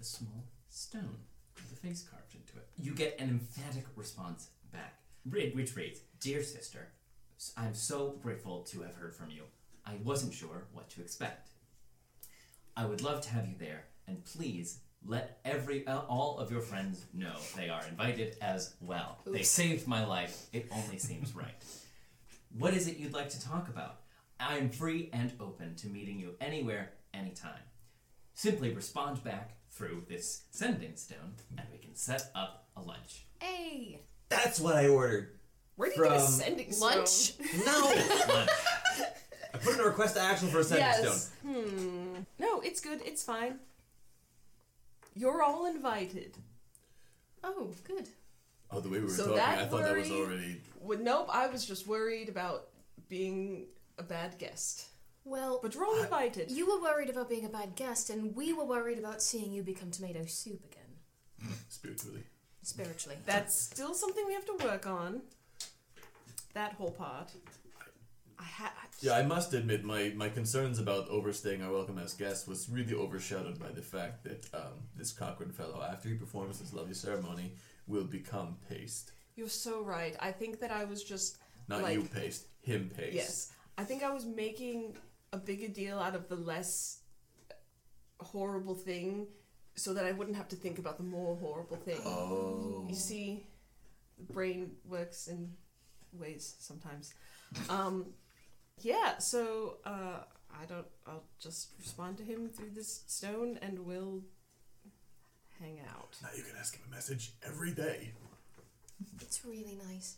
B: a small stone with a face carved into it. You get an emphatic response back, read- which reads, "Dear sister, s- I'm so grateful to have heard from you. I wasn't sure what to expect. I would love to have you there, and please." Let every uh, all of your friends know they are invited as well. They saved my life. It only seems right. What is it you'd like to talk about? I'm free and open to meeting you anywhere, anytime. Simply respond back through this sending stone, and we can set up a lunch.
F: Hey!
D: That's what I ordered.
C: Where do you get a
D: From
C: sending
F: Lunch?
C: stone?
D: No!
B: Lunch.
D: I put in a request to action for a sending
C: Yes.
D: stone.
C: Hmm. No, it's good. It's fine. You're all invited.
I: Oh, good.
H: Oh, the way we were
C: So
H: talking,
C: that
H: I thought that was
C: worried-
H: already.
C: Well, nope, I was just worried about being a bad guest.
F: Well,
C: But you're all invited.
F: you were worried about being a bad guest, and we were worried about seeing you become tomato soup again.
H: Spiritually.
F: Spiritually.
C: That's still something we have to work on. That whole part. I ha- I-
H: Yeah, I must admit, my, my concerns about overstaying our welcome as guests was really overshadowed by the fact that um, this Cochrane fellow, after he performs this lovely ceremony, will become paste.
C: You're so right. I think that I was just
H: Not
C: like,
H: you paste, him paste.
C: Yes. I think I was making a bigger deal out of the less horrible thing so that I wouldn't have to think about the more horrible thing.
H: Oh.
C: You see, the brain works in ways sometimes. Um, yeah, so uh, I don't. I'll just respond to him through this stone and we'll hang out.
H: Now you can ask him a message every day.
F: It's really nice.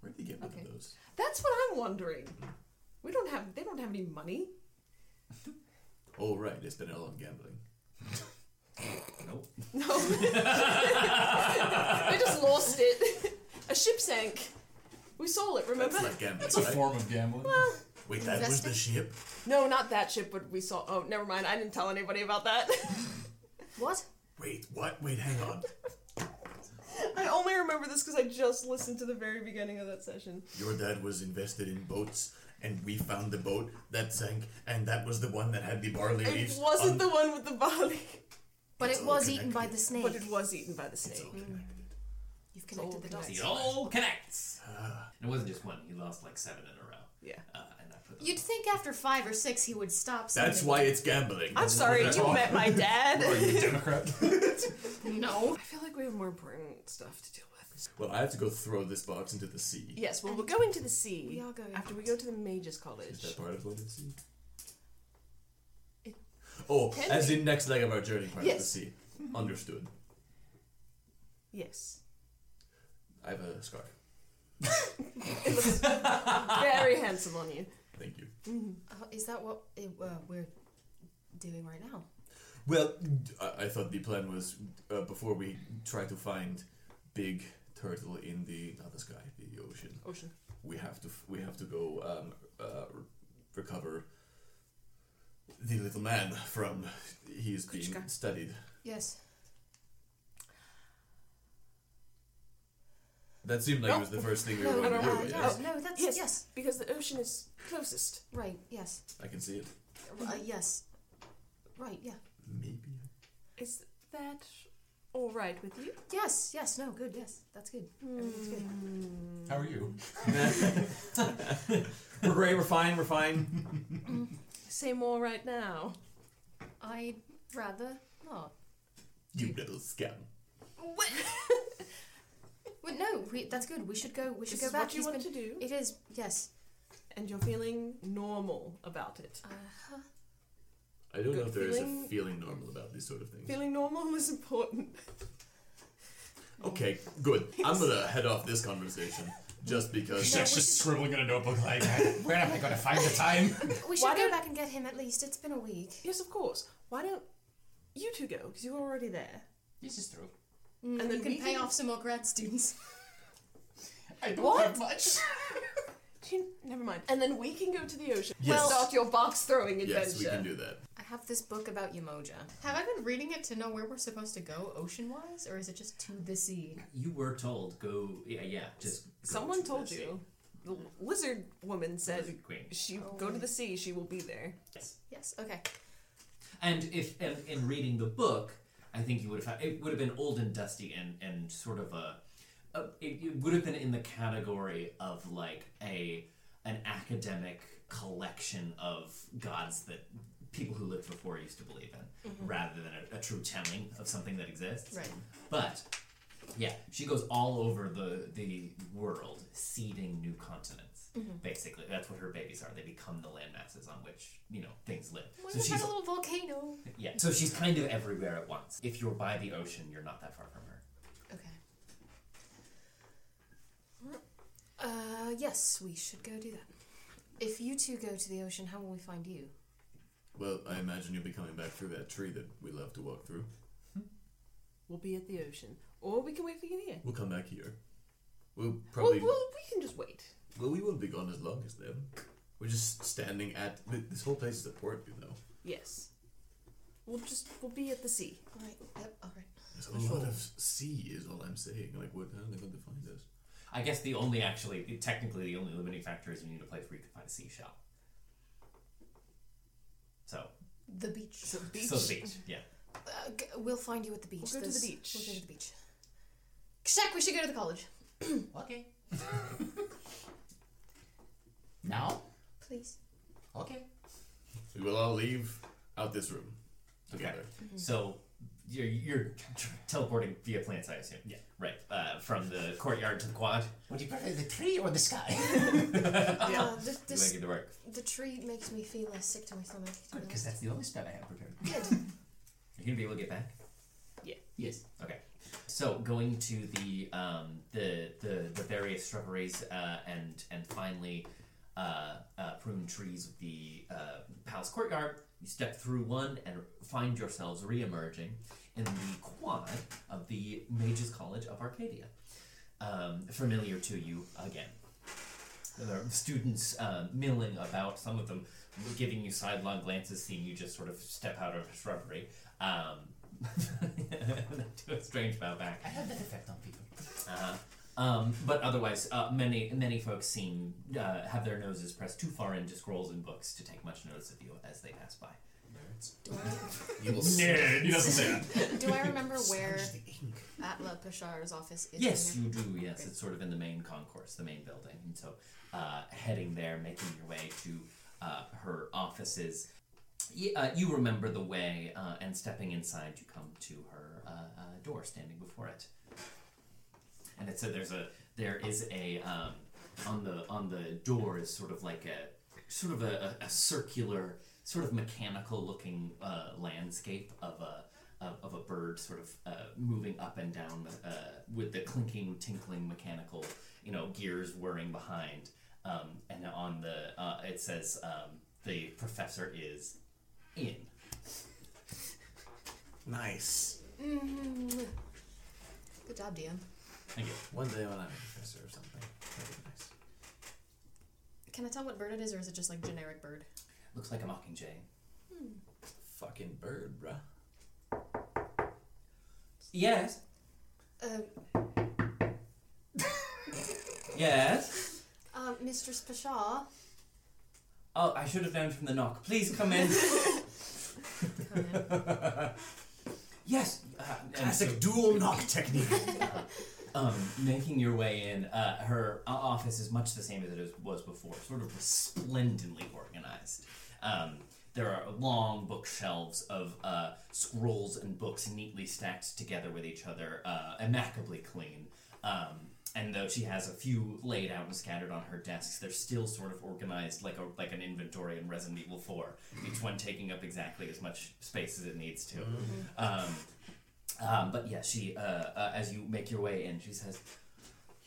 H: Where did he get one
C: Okay.
H: of those?
C: That's what I'm wondering. We don't have. They don't have any money.
H: Oh, right, they spent it all on gambling.
B: Nope.
C: No. they just lost it. A ship sank. We saw it, remember?
H: That's not gambling,
E: It's a
H: right?
E: form of gambling.
H: Wait, that was the ship?
C: No, not that ship, but we saw. Oh, never mind. I didn't tell anybody about that.
F: What?
H: Wait, what? Wait, hang on.
C: I only remember this because I just listened to the very beginning of that session.
E: Your dad was invested in boats, and we found the boat that sank, and that was the one that had the barley
C: It
E: leaves.
C: wasn't
E: on-
C: the one with the barley,
F: But
E: It's
F: it
E: all
F: was eaten by
E: connected.
F: the snake.
C: but it was eaten by the snake.
F: You've connected
C: all
F: the dots.
B: It all connects. And it wasn't just one. He lost like seven in a row.
C: Yeah.
B: Uh, and I put them.
F: You'd think after five or six he would stop.
E: That's why it's gambling.
C: I'm sorry,
J: that's
C: you
J: all.
C: met my
J: Are
C: dad.
J: you a Democrat?
F: No.
C: I feel like we have more important stuff to deal with.
E: Well, I have to go throw this box into the sea.
C: Yes, well, we're going to the sea.
F: We are going
C: after we
F: out.
C: go to the mages'
E: Is
C: college.
E: that part of going to the sea?
C: It
E: Oh,
C: can
E: as
C: be.
E: in next leg of our journey, part of the
C: Yes. Mm-hmm.
E: sea. Understood.
C: Yes,
E: I have a scarf.
C: it looks very handsome on you.
E: Thank you.
F: Uh, is that what uh, uh, we're doing right now?
E: Well, I, I thought the plan was uh, before we try to find big turtle in the not the sky, the ocean.
C: Ocean.
E: We have to f- we have to go um, uh, re- recover the little man from he is being
C: Kuchka.
E: studied.
F: Yes.
E: That seemed like it was the first thing we were
F: No,
E: going
F: no,
E: to
F: no,
E: do. yes.
F: Oh, no, that's
C: Yes,
F: yes.
C: yes, because the ocean is closest.
F: Right. Yes.
E: I can see it.
F: Uh, yes. Right. Yeah.
E: Maybe.
C: Is that all right with you?
F: Yes. Yes. No. Good. Yes. That's good. Everything's good.
J: How are you?
H: We're great. We're fine. We're fine.
C: Say more right now.
F: I'd rather not.
E: You little scum.
F: Well, no. We, that's good. We should go. We should
C: This
F: go
C: is
F: back.
C: what you
F: He's
C: want
F: been-
C: to do,
F: It is. Yes.
C: and you're feeling normal about it.
E: I don't know
C: Good
E: if there is
C: feeling.
E: a feeling normal about these sort of things.
C: Feeling normal is important.
E: Okay, good. I'm gonna head off this conversation just because.
J: She's just scribbling in a notebook like, where am I going to find the time?
F: We should
C: Why
F: go
C: don't-
F: back and get him at least. It's been a week.
C: Yes, of course. Why don't you two go? Because you're already there. Mm.
J: This is true.
F: And,
C: then
F: you can
C: we
F: pay
C: can-
F: off some more grad students.
J: I don't
C: What?
J: have much.
C: Do you- Never mind. And then we can go to the ocean.
E: Yes.
C: Start your box throwing adventure.
E: Yes, we can do that.
F: I have this book about Umoja. Have I been reading it to know where we're supposed to go ocean wise, or is it just to the sea?
B: You were told go. Yeah, yeah. Just. Go
C: Someone
B: to
C: told
B: the
C: you. The lizard woman said
B: Lizard queen.
C: she go to the sea. She will be there.
B: sea.
F: Yes. Okay.
B: And if and in reading the book, I think you would have it would have been old and dusty and and sort of a, a it, it would have been in the category of like a an academic collection of gods that people who lived before used to believe in, rather than a, a true telling of something that exists.
F: Mm-hmm. Right.
B: But yeah, she goes all over the the world, seeding new continents.
F: Mm-hmm.
B: Basically, that's what her babies are. They become the landmasses on which you know things live.
F: We
B: so
F: just had
B: she's
F: a little volcano.
B: yeah. So she's kind of everywhere at once. If you're by the ocean, you're not that far from her.
F: Okay. Uh, yes, we should go do that. If you two go to the ocean, how will we find you?
E: Well, I imagine you'll be coming back through that tree that we love to walk through.
C: We'll be at the ocean, or we can wait for you here.
E: We'll come back here. We'll
C: Well,
E: probably.
C: well, we can just wait.
E: well, we won't be gone as long as them. We're just standing at. th- This whole place is a port, you know.
C: Yes. We'll just we'll be at the sea.
F: All right. Yep. All right.
E: There's a lot of sea, is all I'm saying. Like, what, how are they going to find us?
B: I guess the only actually, technically, the only limiting factor is you need a place where you can find a seashell. So,
F: The beach.
C: Beach.
B: so the beach, yeah.
F: Uh, g- we'll find you at the beach.
C: We'll go to the beach.
F: We'll go to the beach. Shaq, we should go to the college,
G: Okay. now?
F: please.
G: Okay.
E: We will all leave out this room
B: Okay.
E: together.
B: So you're you're teleporting via plants, I assume. Yeah. Right. Uh, from the courtyard to the quad.
G: Would you prefer the tree or the sky?
D: Oh,
F: Uh, the,
B: You want to
F: this,
B: get to work.
F: the tree makes me feel uh, sick to my stomach. to be
G: Because that's the only spell I have prepared.
F: honest. Good.
B: Are you gonna be able to get back?
C: Yeah.
B: Yes. Okay. So going to the um, the, the the various shrubberies uh, and and finally uh, uh, prune trees of the uh, palace courtyard. You step through one and find yourselves re-emerging in the quad of the Mages College of Arcadia. Um, familiar to you again. There are students uh, milling about, some of them giving you sidelong glances, seeing you just sort of step out of a shrubbery. Um, do a strange bow back.
G: I have that effect on people.
B: Uh, Um, but otherwise, uh, many many folks seem uh, have their noses pressed too far into scrolls and books to take much notice of you as they pass by.
F: Do I,
D: You will
E: Nerd. He doesn't say that.
F: do I remember where
D: the ink.
F: Atla Pashar's office is?
B: Yes,
F: in
B: you
F: here?
B: do. Yes, it's sort of in the main concourse, the main building, and so uh, heading there, making your way to uh, her offices. Y- uh, you remember the way, uh, and stepping inside, you come to her uh, uh, door, standing before it. And it's a, there's a there is a um, on the on the door is sort of like a sort of a, a, a circular, sort of mechanical looking uh, landscape of a of, of a bird sort of uh, moving up and down uh, with the clinking, tinkling mechanical, you know, gears whirring behind. Um, and on the uh, it says um, the professor is in.
D: Nice.
F: Good job, DM.
B: Thank you.
D: One day when I'm a professor or something, that'd be nice.
F: Can I tell what bird it is, or is it just like generic bird?
B: Looks like a mockingjay.
D: Fucking bird, bruh.
B: Yes.
F: Um,
B: Yes.
F: uh, Mistress Pashar,
B: Oh, I should have known from the knock. Please come in.
F: come in.
B: yes. Uh, and so-
D: dual knock technique.
B: um, making your way in, uh, her o- office is much the same as it is- was before, sort of resplendently organized. Um, there are long bookshelves of uh, scrolls and books neatly stacked together with each other, uh, immaculately clean. Um, and though she has a few laid out and scattered on her desks, they're still sort of organized like a like an inventory in Resident Evil 4, each one taking up exactly as much space as it needs to. Um, um, but yeah, she, uh, uh, as you make your way in, she says,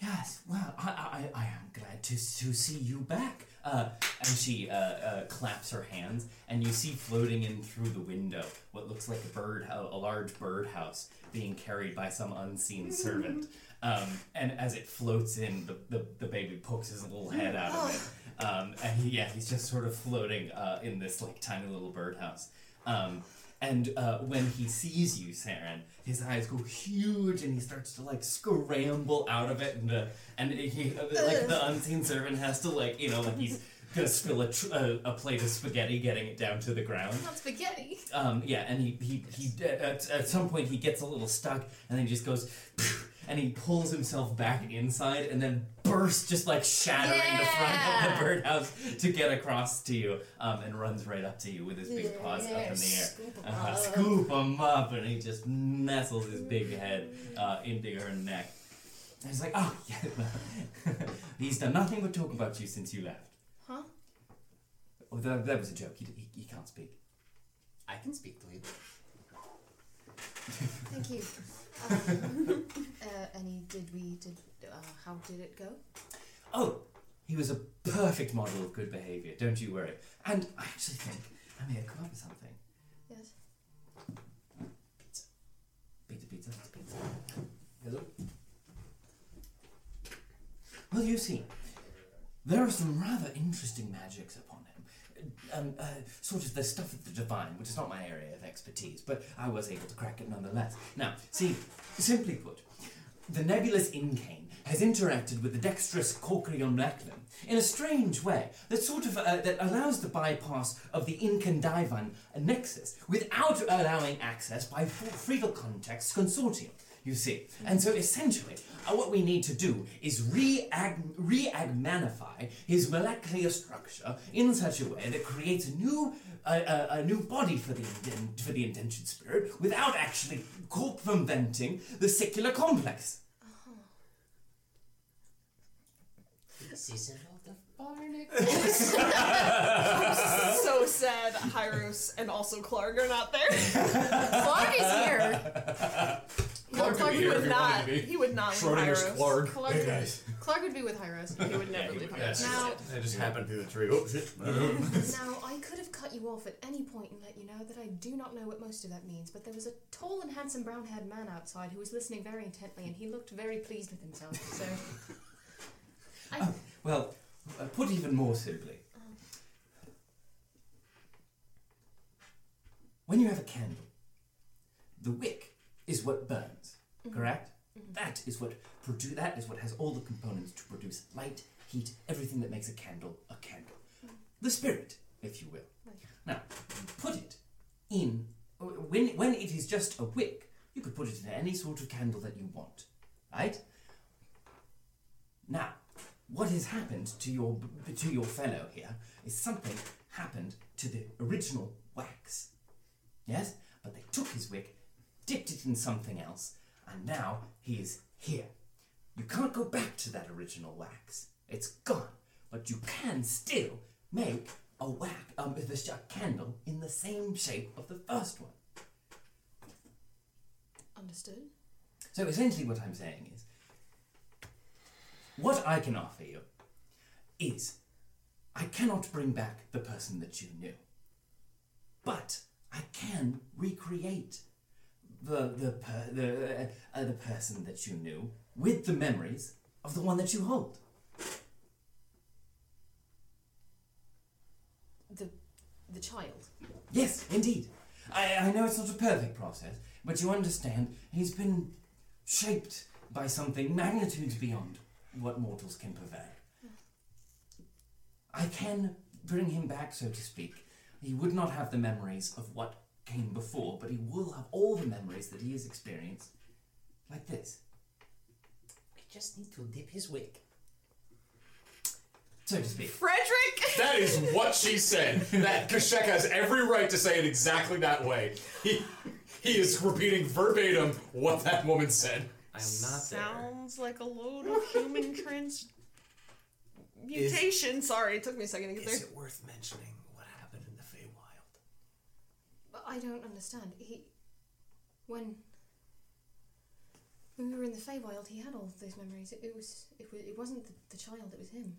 B: Yes, well, I, I, I am glad to, to see you back. Uh, and she uh, uh, claps her hands, and you see floating in through the window what looks like a bird, a, a large birdhouse being carried by some unseen servant. Um, and as it floats in, the, the, the baby pokes his little head out of it. Um, and he, yeah, he's just sort of floating uh, in this like tiny little birdhouse. Um, and uh, when he sees you, Saren, his eyes go huge, and he starts to like scramble out of it, and uh, and he uh, like the unseen servant has to like you know like he's gonna spill a, tr- a, a plate of spaghetti, getting it down to the ground.
F: Not spaghetti.
B: Um, yeah, and he he, he at, at some point he gets a little stuck, and then he just goes, and he pulls himself back inside, and then bursts just like shattering the front of
I: Yeah.
B: the birdhouse to get across to you, um, and runs right up to you with his big paws up in the air.
F: Scoop 'em
B: Uh,
F: up.
B: scoop him up, and he just nestles his big head uh, into her neck. And he's like, "Oh, yeah." well, he's done nothing but talk about you since you left.
F: Huh?
B: Oh, that, that was a joke. He, he, he can't speak.
G: I can speak to him.
F: Thank you. Um, uh, any? Did we? Did? Uh, how did it go?
B: Oh, he was a perfect model of good behavior. Don't you worry. And I actually think I may have come up with something.
F: Yes.
B: Pizza, pizza, it's pizza. Hello. Well, you see, there are some rather interesting magics upon him. Um, uh, sort of the stuff of the divine, which is not my area of expertise, but I was able to crack it nonetheless. Now, see, simply put, the nebulous incane has interacted with the dexterous Corcreon Lachlin in a strange way that sort of uh, that allows the bypass of the Incandivine nexus without allowing access by Friedel Context Consortium. You see, and so essentially, uh, what we need to do is re-ag- re-agmanify his molecular structure in such a way that creates a new a, a, a new body for the inten- for the intention spirit without actually circumventing the secular complex.
G: This is a lot of
C: so sad Hyros and also Clark are not there.
F: Clark is here.
C: Clark,
E: could be here if
C: would
E: he wanted
C: not.
E: to be.
C: He would not leave
E: Schrodinger's
C: Hyros.
E: Clark.
F: Clark, Clark would be with Hyros.
C: He would never
E: he
C: leave
E: would-
C: Hyros.
E: yes.
F: Now,
D: I just happened through the tree. Oh shit.
F: now I could have cut you off at any point and let you know that I do not know what most of that means. But there was a tall and handsome brown-haired man outside who was listening very intently, and he looked very pleased with himself. So, I,
B: Well, uh, put even more simply, when you have a candle, the wick is what burns, correct? That is what produ- That is what has all the components to produce light, heat, everything that makes a candle a candle. The spirit, if you will. Now, you put it in uh, when when it is just a wick. You could put it in any sort of candle that you want, right? Now, what has happened to your to your fellow here is something happened to the original wax. Yes, but they took his wick, dipped it in something else, and now he is here. You can't go back to that original wax. It's gone, but you can still make a whack um, a a candle in the same shape of the first one.
F: Understood.
B: So essentially, what I'm saying is, what I can offer you is, I cannot bring back the person that you knew, but I can recreate the the per, the uh, uh, the person that you knew with the memories of the one that you hold.
F: The the child.
B: Yes, indeed. I, I know it's not a perfect process, but you understand he's been shaped by something magnitudes beyond what mortals can purvey. I can bring him back, so to speak. He would not have the memories of what came before, but he will have all the memories that he has experienced, like this.
G: I just need to dip his wick.
B: So to speak.
C: Frederick!
E: That is what she said. That Kashek has every right to say it exactly that way. He he is repeating verbatim what that woman said.
B: I am not
C: Sounds like a load of human trans. Mutation. Sorry, it took me a second to get there.
D: it worth mentioning what happened in the Feywild?
F: But I don't understand. He when when we were in the Feywild, he had all of those memories. It, it was it was it wasn't the, the child. It was him.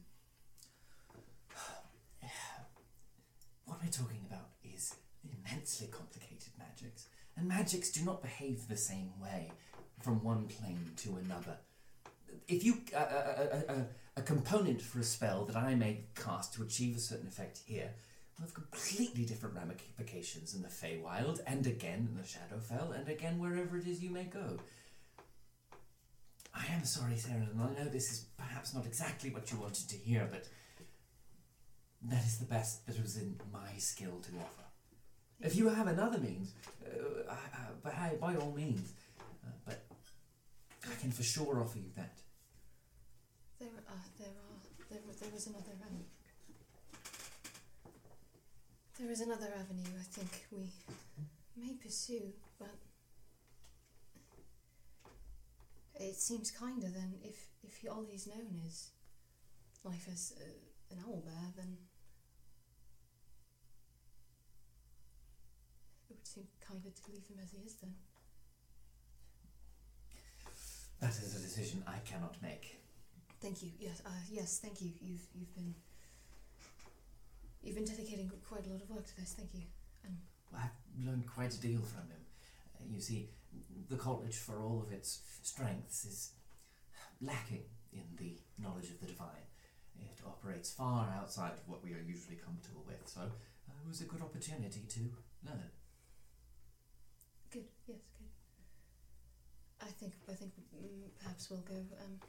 B: What we're talking about is immensely complicated magics, and magics do not behave the same way from one plane to another. If you a, a, a, a component for a spell that I may cast to achieve a certain effect here will have completely different ramifications in the Feywild, and again in the Shadowfell, and again wherever it is you may go. I am sorry, Sarah, and I know this is perhaps not exactly what you wanted to hear, but that is the best that was in my skill to offer. If you have another means, uh, uh, but hey, by all means, uh, but I can for sure offer you that.
F: There are there are there there was another avenue. There is another avenue I think we may pursue, but it seems kinder than if if he- all he's known is life as uh, an owl bear. Then it would seem kinder to leave him as he is. Then
B: That is a decision I cannot make.
F: thank you. Yes, uh, yes, thank you. You've you've been you've been dedicating quite a lot of work to this. Thank you.
B: I've learned quite a deal from him. Uh, you see, the college, for all of its strengths, is lacking in the knowledge of the divine. It operates far outside of what we are usually comfortable with, so uh, it was a good opportunity to learn.
F: Good. Yes. Good. I think. I think mm, perhaps we'll go. Um,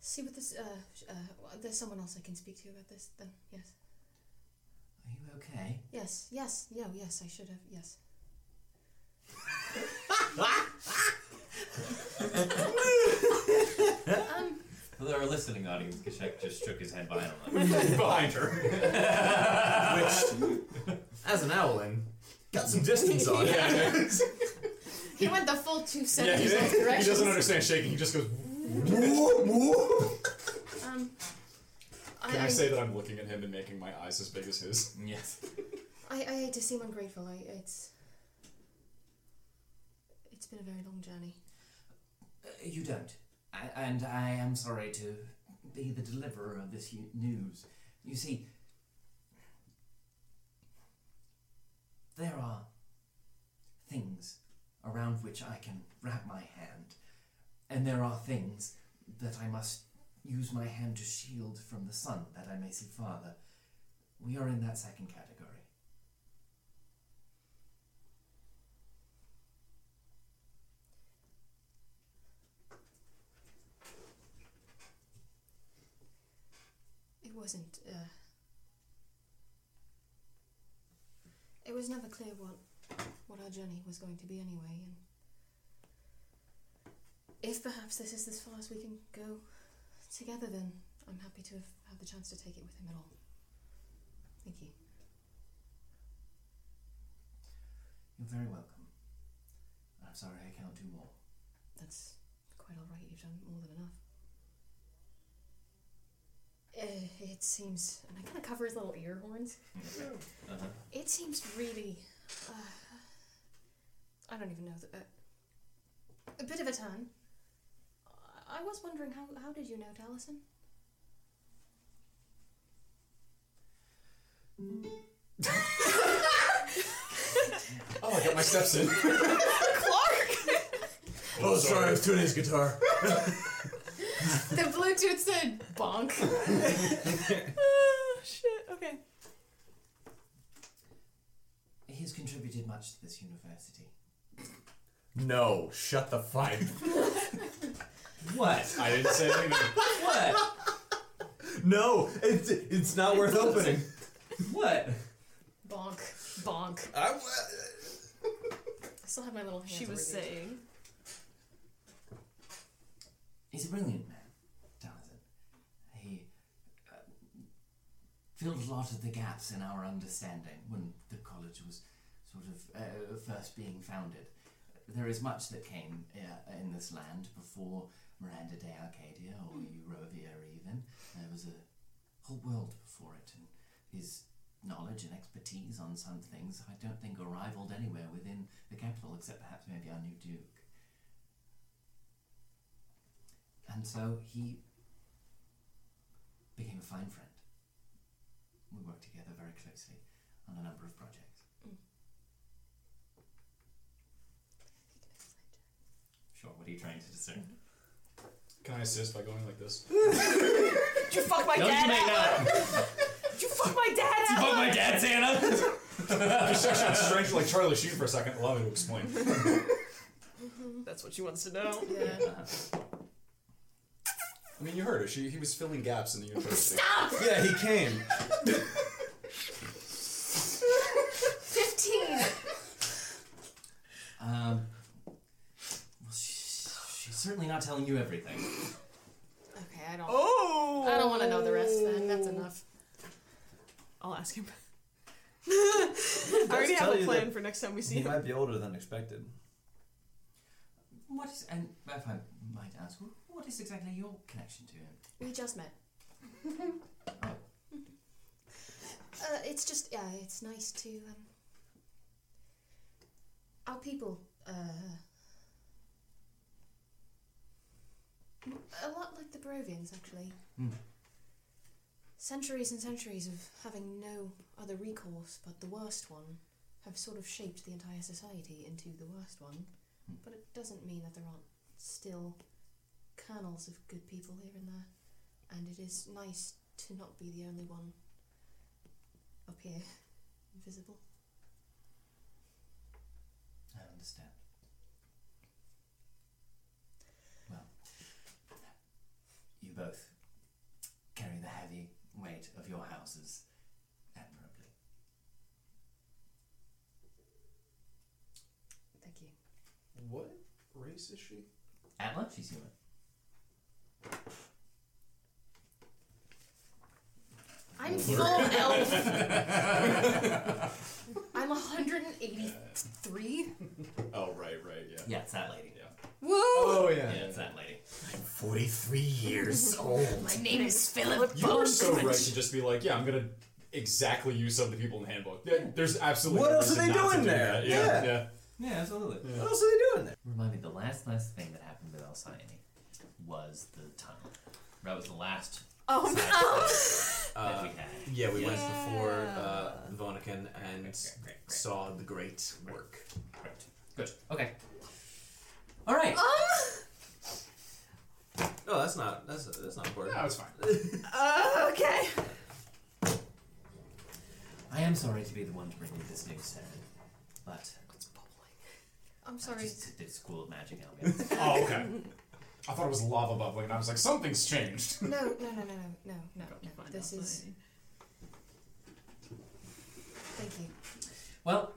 F: see what this. Uh, sh- uh, well, there's someone else I can speak to about this. Then yes.
B: Are you okay?
F: Yes. Yes. Yeah. Yes. I should have. Yes.
B: For our listening audience, Kashek just shook his head violently.
E: Behind her.
D: As an owlin, got some distance on it.
F: He went the full two
E: Yeah, he,
F: seconds
E: doesn't- he doesn't understand shaking. He just goes. "Whoop, whoop."
F: Um.
E: Can I
F: I,
E: say that I'm looking at him and making my eyes as big as his?
B: yes.
F: I, I hate to seem ungrateful. I, it's. It's been a very long journey.
B: Uh, you don't. I, and I am sorry to be the deliverer of this u- news. You see, there are things around which I can wrap my hand, and there are things that I must use my hand to shield from the sun that I may see farther. We are in that second category.
F: wasn't. Uh, it was never clear what what our journey was going to be anyway, and if perhaps this is as far as we can go together, then I'm happy to have had the chance to take it with him at all. Thank you.
B: You're very welcome. I'm sorry I can't do more.
F: That's quite all right. You've done more than enough. Eh, It seems, and I kind of cover his little ear horns.
B: Uh-huh.
F: It seems really. Uh, I don't even know. The, uh, a bit of a turn. I- I was wondering how how did you know Allison?
E: Oh, I got my steps in.
H: Oh, sorry, I was tuning his guitar.
F: the Bluetooth said bonk.
C: Oh, shit. Okay.
B: He's contributed much to this university.
H: No, shut the fuck.
B: What?
E: I didn't say anything.
B: What?
H: no, it's it's not worth opening.
B: What?
F: bonk. Bonk.
H: I,
F: I still have my little hands.
C: She was
F: over it.
C: saying.
B: He's a brilliant man, Jonathan. He uh, filled a lot of the gaps in our understanding when the college was sort of uh, first being founded. There is much that came uh, in this land before Miranda de Arcadia or Eurovia, even. There was a whole world before it, and his knowledge and expertise on some things I don't think are rivaled anywhere within the capital, except perhaps maybe our new Duke. And so he became a fine friend. We worked together very closely on a number of projects. Sure, what are you trying to discern?
E: Can I assist by going like this?
C: Did you fuck my dad? Alan? Did you fuck my dad? Alan?
B: Oh my dad, Santa!
E: Just actually strange, like Charlie Sheen for a second. Allow me to explain.
C: That's what she wants to know.
F: Yeah.
E: I mean, you heard her. She he was filling gaps in the university.
H: yeah, he came.
F: Fifteen.
B: um, well, she's, she's certainly not telling you everything.
F: Okay, I don't.
C: Oh.
F: I don't want to know the rest. Then that's enough.
C: I'll ask him. I already have
H: tell
C: a
H: you
C: plan
H: that
C: for next time we see
H: he
C: him.
H: might be older than expected.
B: What is, and if I might ask, wh- what is exactly your connection to him?
F: We just met. uh, it's just, yeah, it's nice to. Um, our people. Uh, a lot like the Barovians, actually.
B: Hmm.
F: Centuries and centuries of having no other recourse but the worst one have sort of shaped the entire society into the worst one. But it doesn't mean that there aren't still kernels of good people here and there, and it is nice to not be the only one up here, invisible.
B: I understand. Well, you both carry the heavy weight of your houses admirably.
F: Thank you.
E: What race is she?
B: Atla, she's human.
F: I'm full elf. I'm 183.
E: Oh right, right, yeah.
B: Yeah, it's that lady.
F: Woo!
E: Oh
B: Yeah, it's that lady.
G: 43 years old.
F: My name is Philip.
E: You are so right to just be like, yeah, I'm gonna exactly use some of the people in the handbook. Yeah, there's absolutely
D: What
E: no
D: else are
E: reason
D: they
E: not to
D: doing
E: do
D: there?
E: that. Yeah,
D: Yeah.
E: yeah.
B: Yeah, absolutely.
D: What else are they doing there?
B: Remind me, the last last thing that happened with Alcyone was the tunnel. That was the last
C: Oh,
B: that
D: Uh,
B: we had.
D: yeah, we went
C: Yeah.
D: before uh, Vonican and
B: Great, great, great.
D: saw the great work.
B: Right. Good. Okay. All right.
D: No, that's not that's that's not important.
E: No, it's fine.
C: Uh, okay.
B: I am sorry to be the one to bring you this news, Sarah, but
F: I'm
B: I
F: sorry.
B: just did School of Magic. I'll get it.
E: Oh, okay.
G: I thought it was lava bubbling, and I was like, something's changed.
F: No, no, no, no, no, no, no, no.
K: Find
F: This
K: out
F: is.
K: why.
F: Thank you.
B: Well,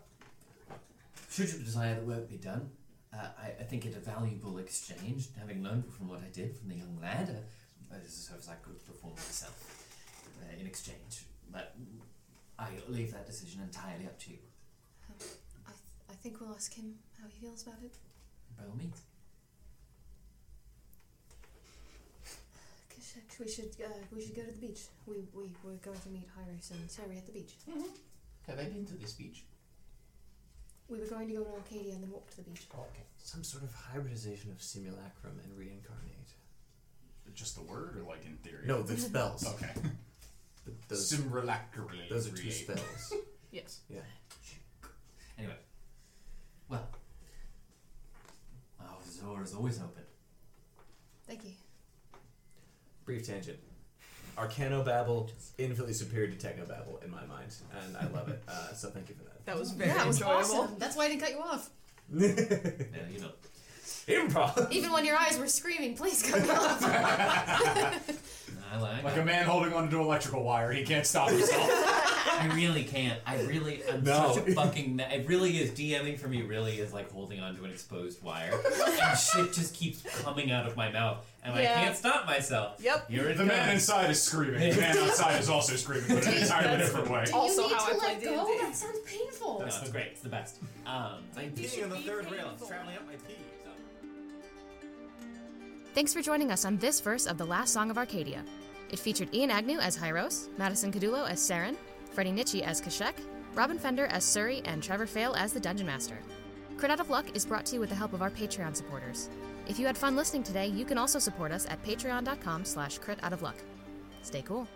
B: should you desire the work be done, uh, I, I think it a valuable exchange, having learned from what I did from the young lad, uh, as a service I could perform myself uh, in exchange. But I leave that decision entirely up to you.
F: Um, I, th- I think we'll ask him how he feels about it.
B: By all means.
F: Kashak, we should uh, we should go to the beach. We we were going to meet Hyros and Sari at the beach.
B: Mm-hmm.
L: Have I been to this beach?
F: We were going to go to Arcadia and then walk to the beach.
L: Oh, okay.
H: Some sort of hybridization of simulacrum and reincarnate.
G: Just the word, or like in theory?
H: No, the spells.
G: Okay.
H: Th- Those,
G: Simulacrally.
H: those are two
G: create.
H: spells.
K: Yes.
H: Yeah.
B: Anyway, well, our door is always open.
F: Thank you.
H: Brief tangent. Arcano Babble, infinitely superior to Techno Babble in my mind, and I love it. Uh, so thank you for that.
C: That was very
F: that was
C: enjoyable.
F: awesome. That's why I didn't cut you off.
B: Yeah, you know.
H: Improv.
F: Even when your eyes were screaming, please cut me off.
B: I like.
G: Like a man holding onto electrical wire, he can't stop himself.
B: I really can't. I really, I'm
H: No.
B: such a fucking. na- It really is DMing for me. Really is like holding onto an exposed wire, and shit just keeps coming out of my mouth, and
C: Yeah.
B: I can't stop myself.
C: Yep.
B: Here it
G: the man
B: comes.
G: inside is screaming. The man outside is also screaming, but in an entirely different way.
K: Do
C: Also
K: you need
C: how
K: to
C: I play
K: let go?
C: D&D.
K: That sounds painful.
B: No, it's great. It's the best. Um, I'm
H: Beating on the
K: be
H: third rail.
K: painful.
H: It's traveling up my pee.
A: Thanks for joining us on this verse of The Last Song of Arcadia. It featured Ian Agnew as Hyros, Madison Cadulo as Saren, Freddie Nietzsche as Kashek, Robin Fender as Suri, and Trevor Fail as the Dungeon Master. Crit Out of Luck is brought to you with the help of our Patreon supporters. If you had fun listening today, you can also support us at patreon.com slash crit out of luck. Stay cool.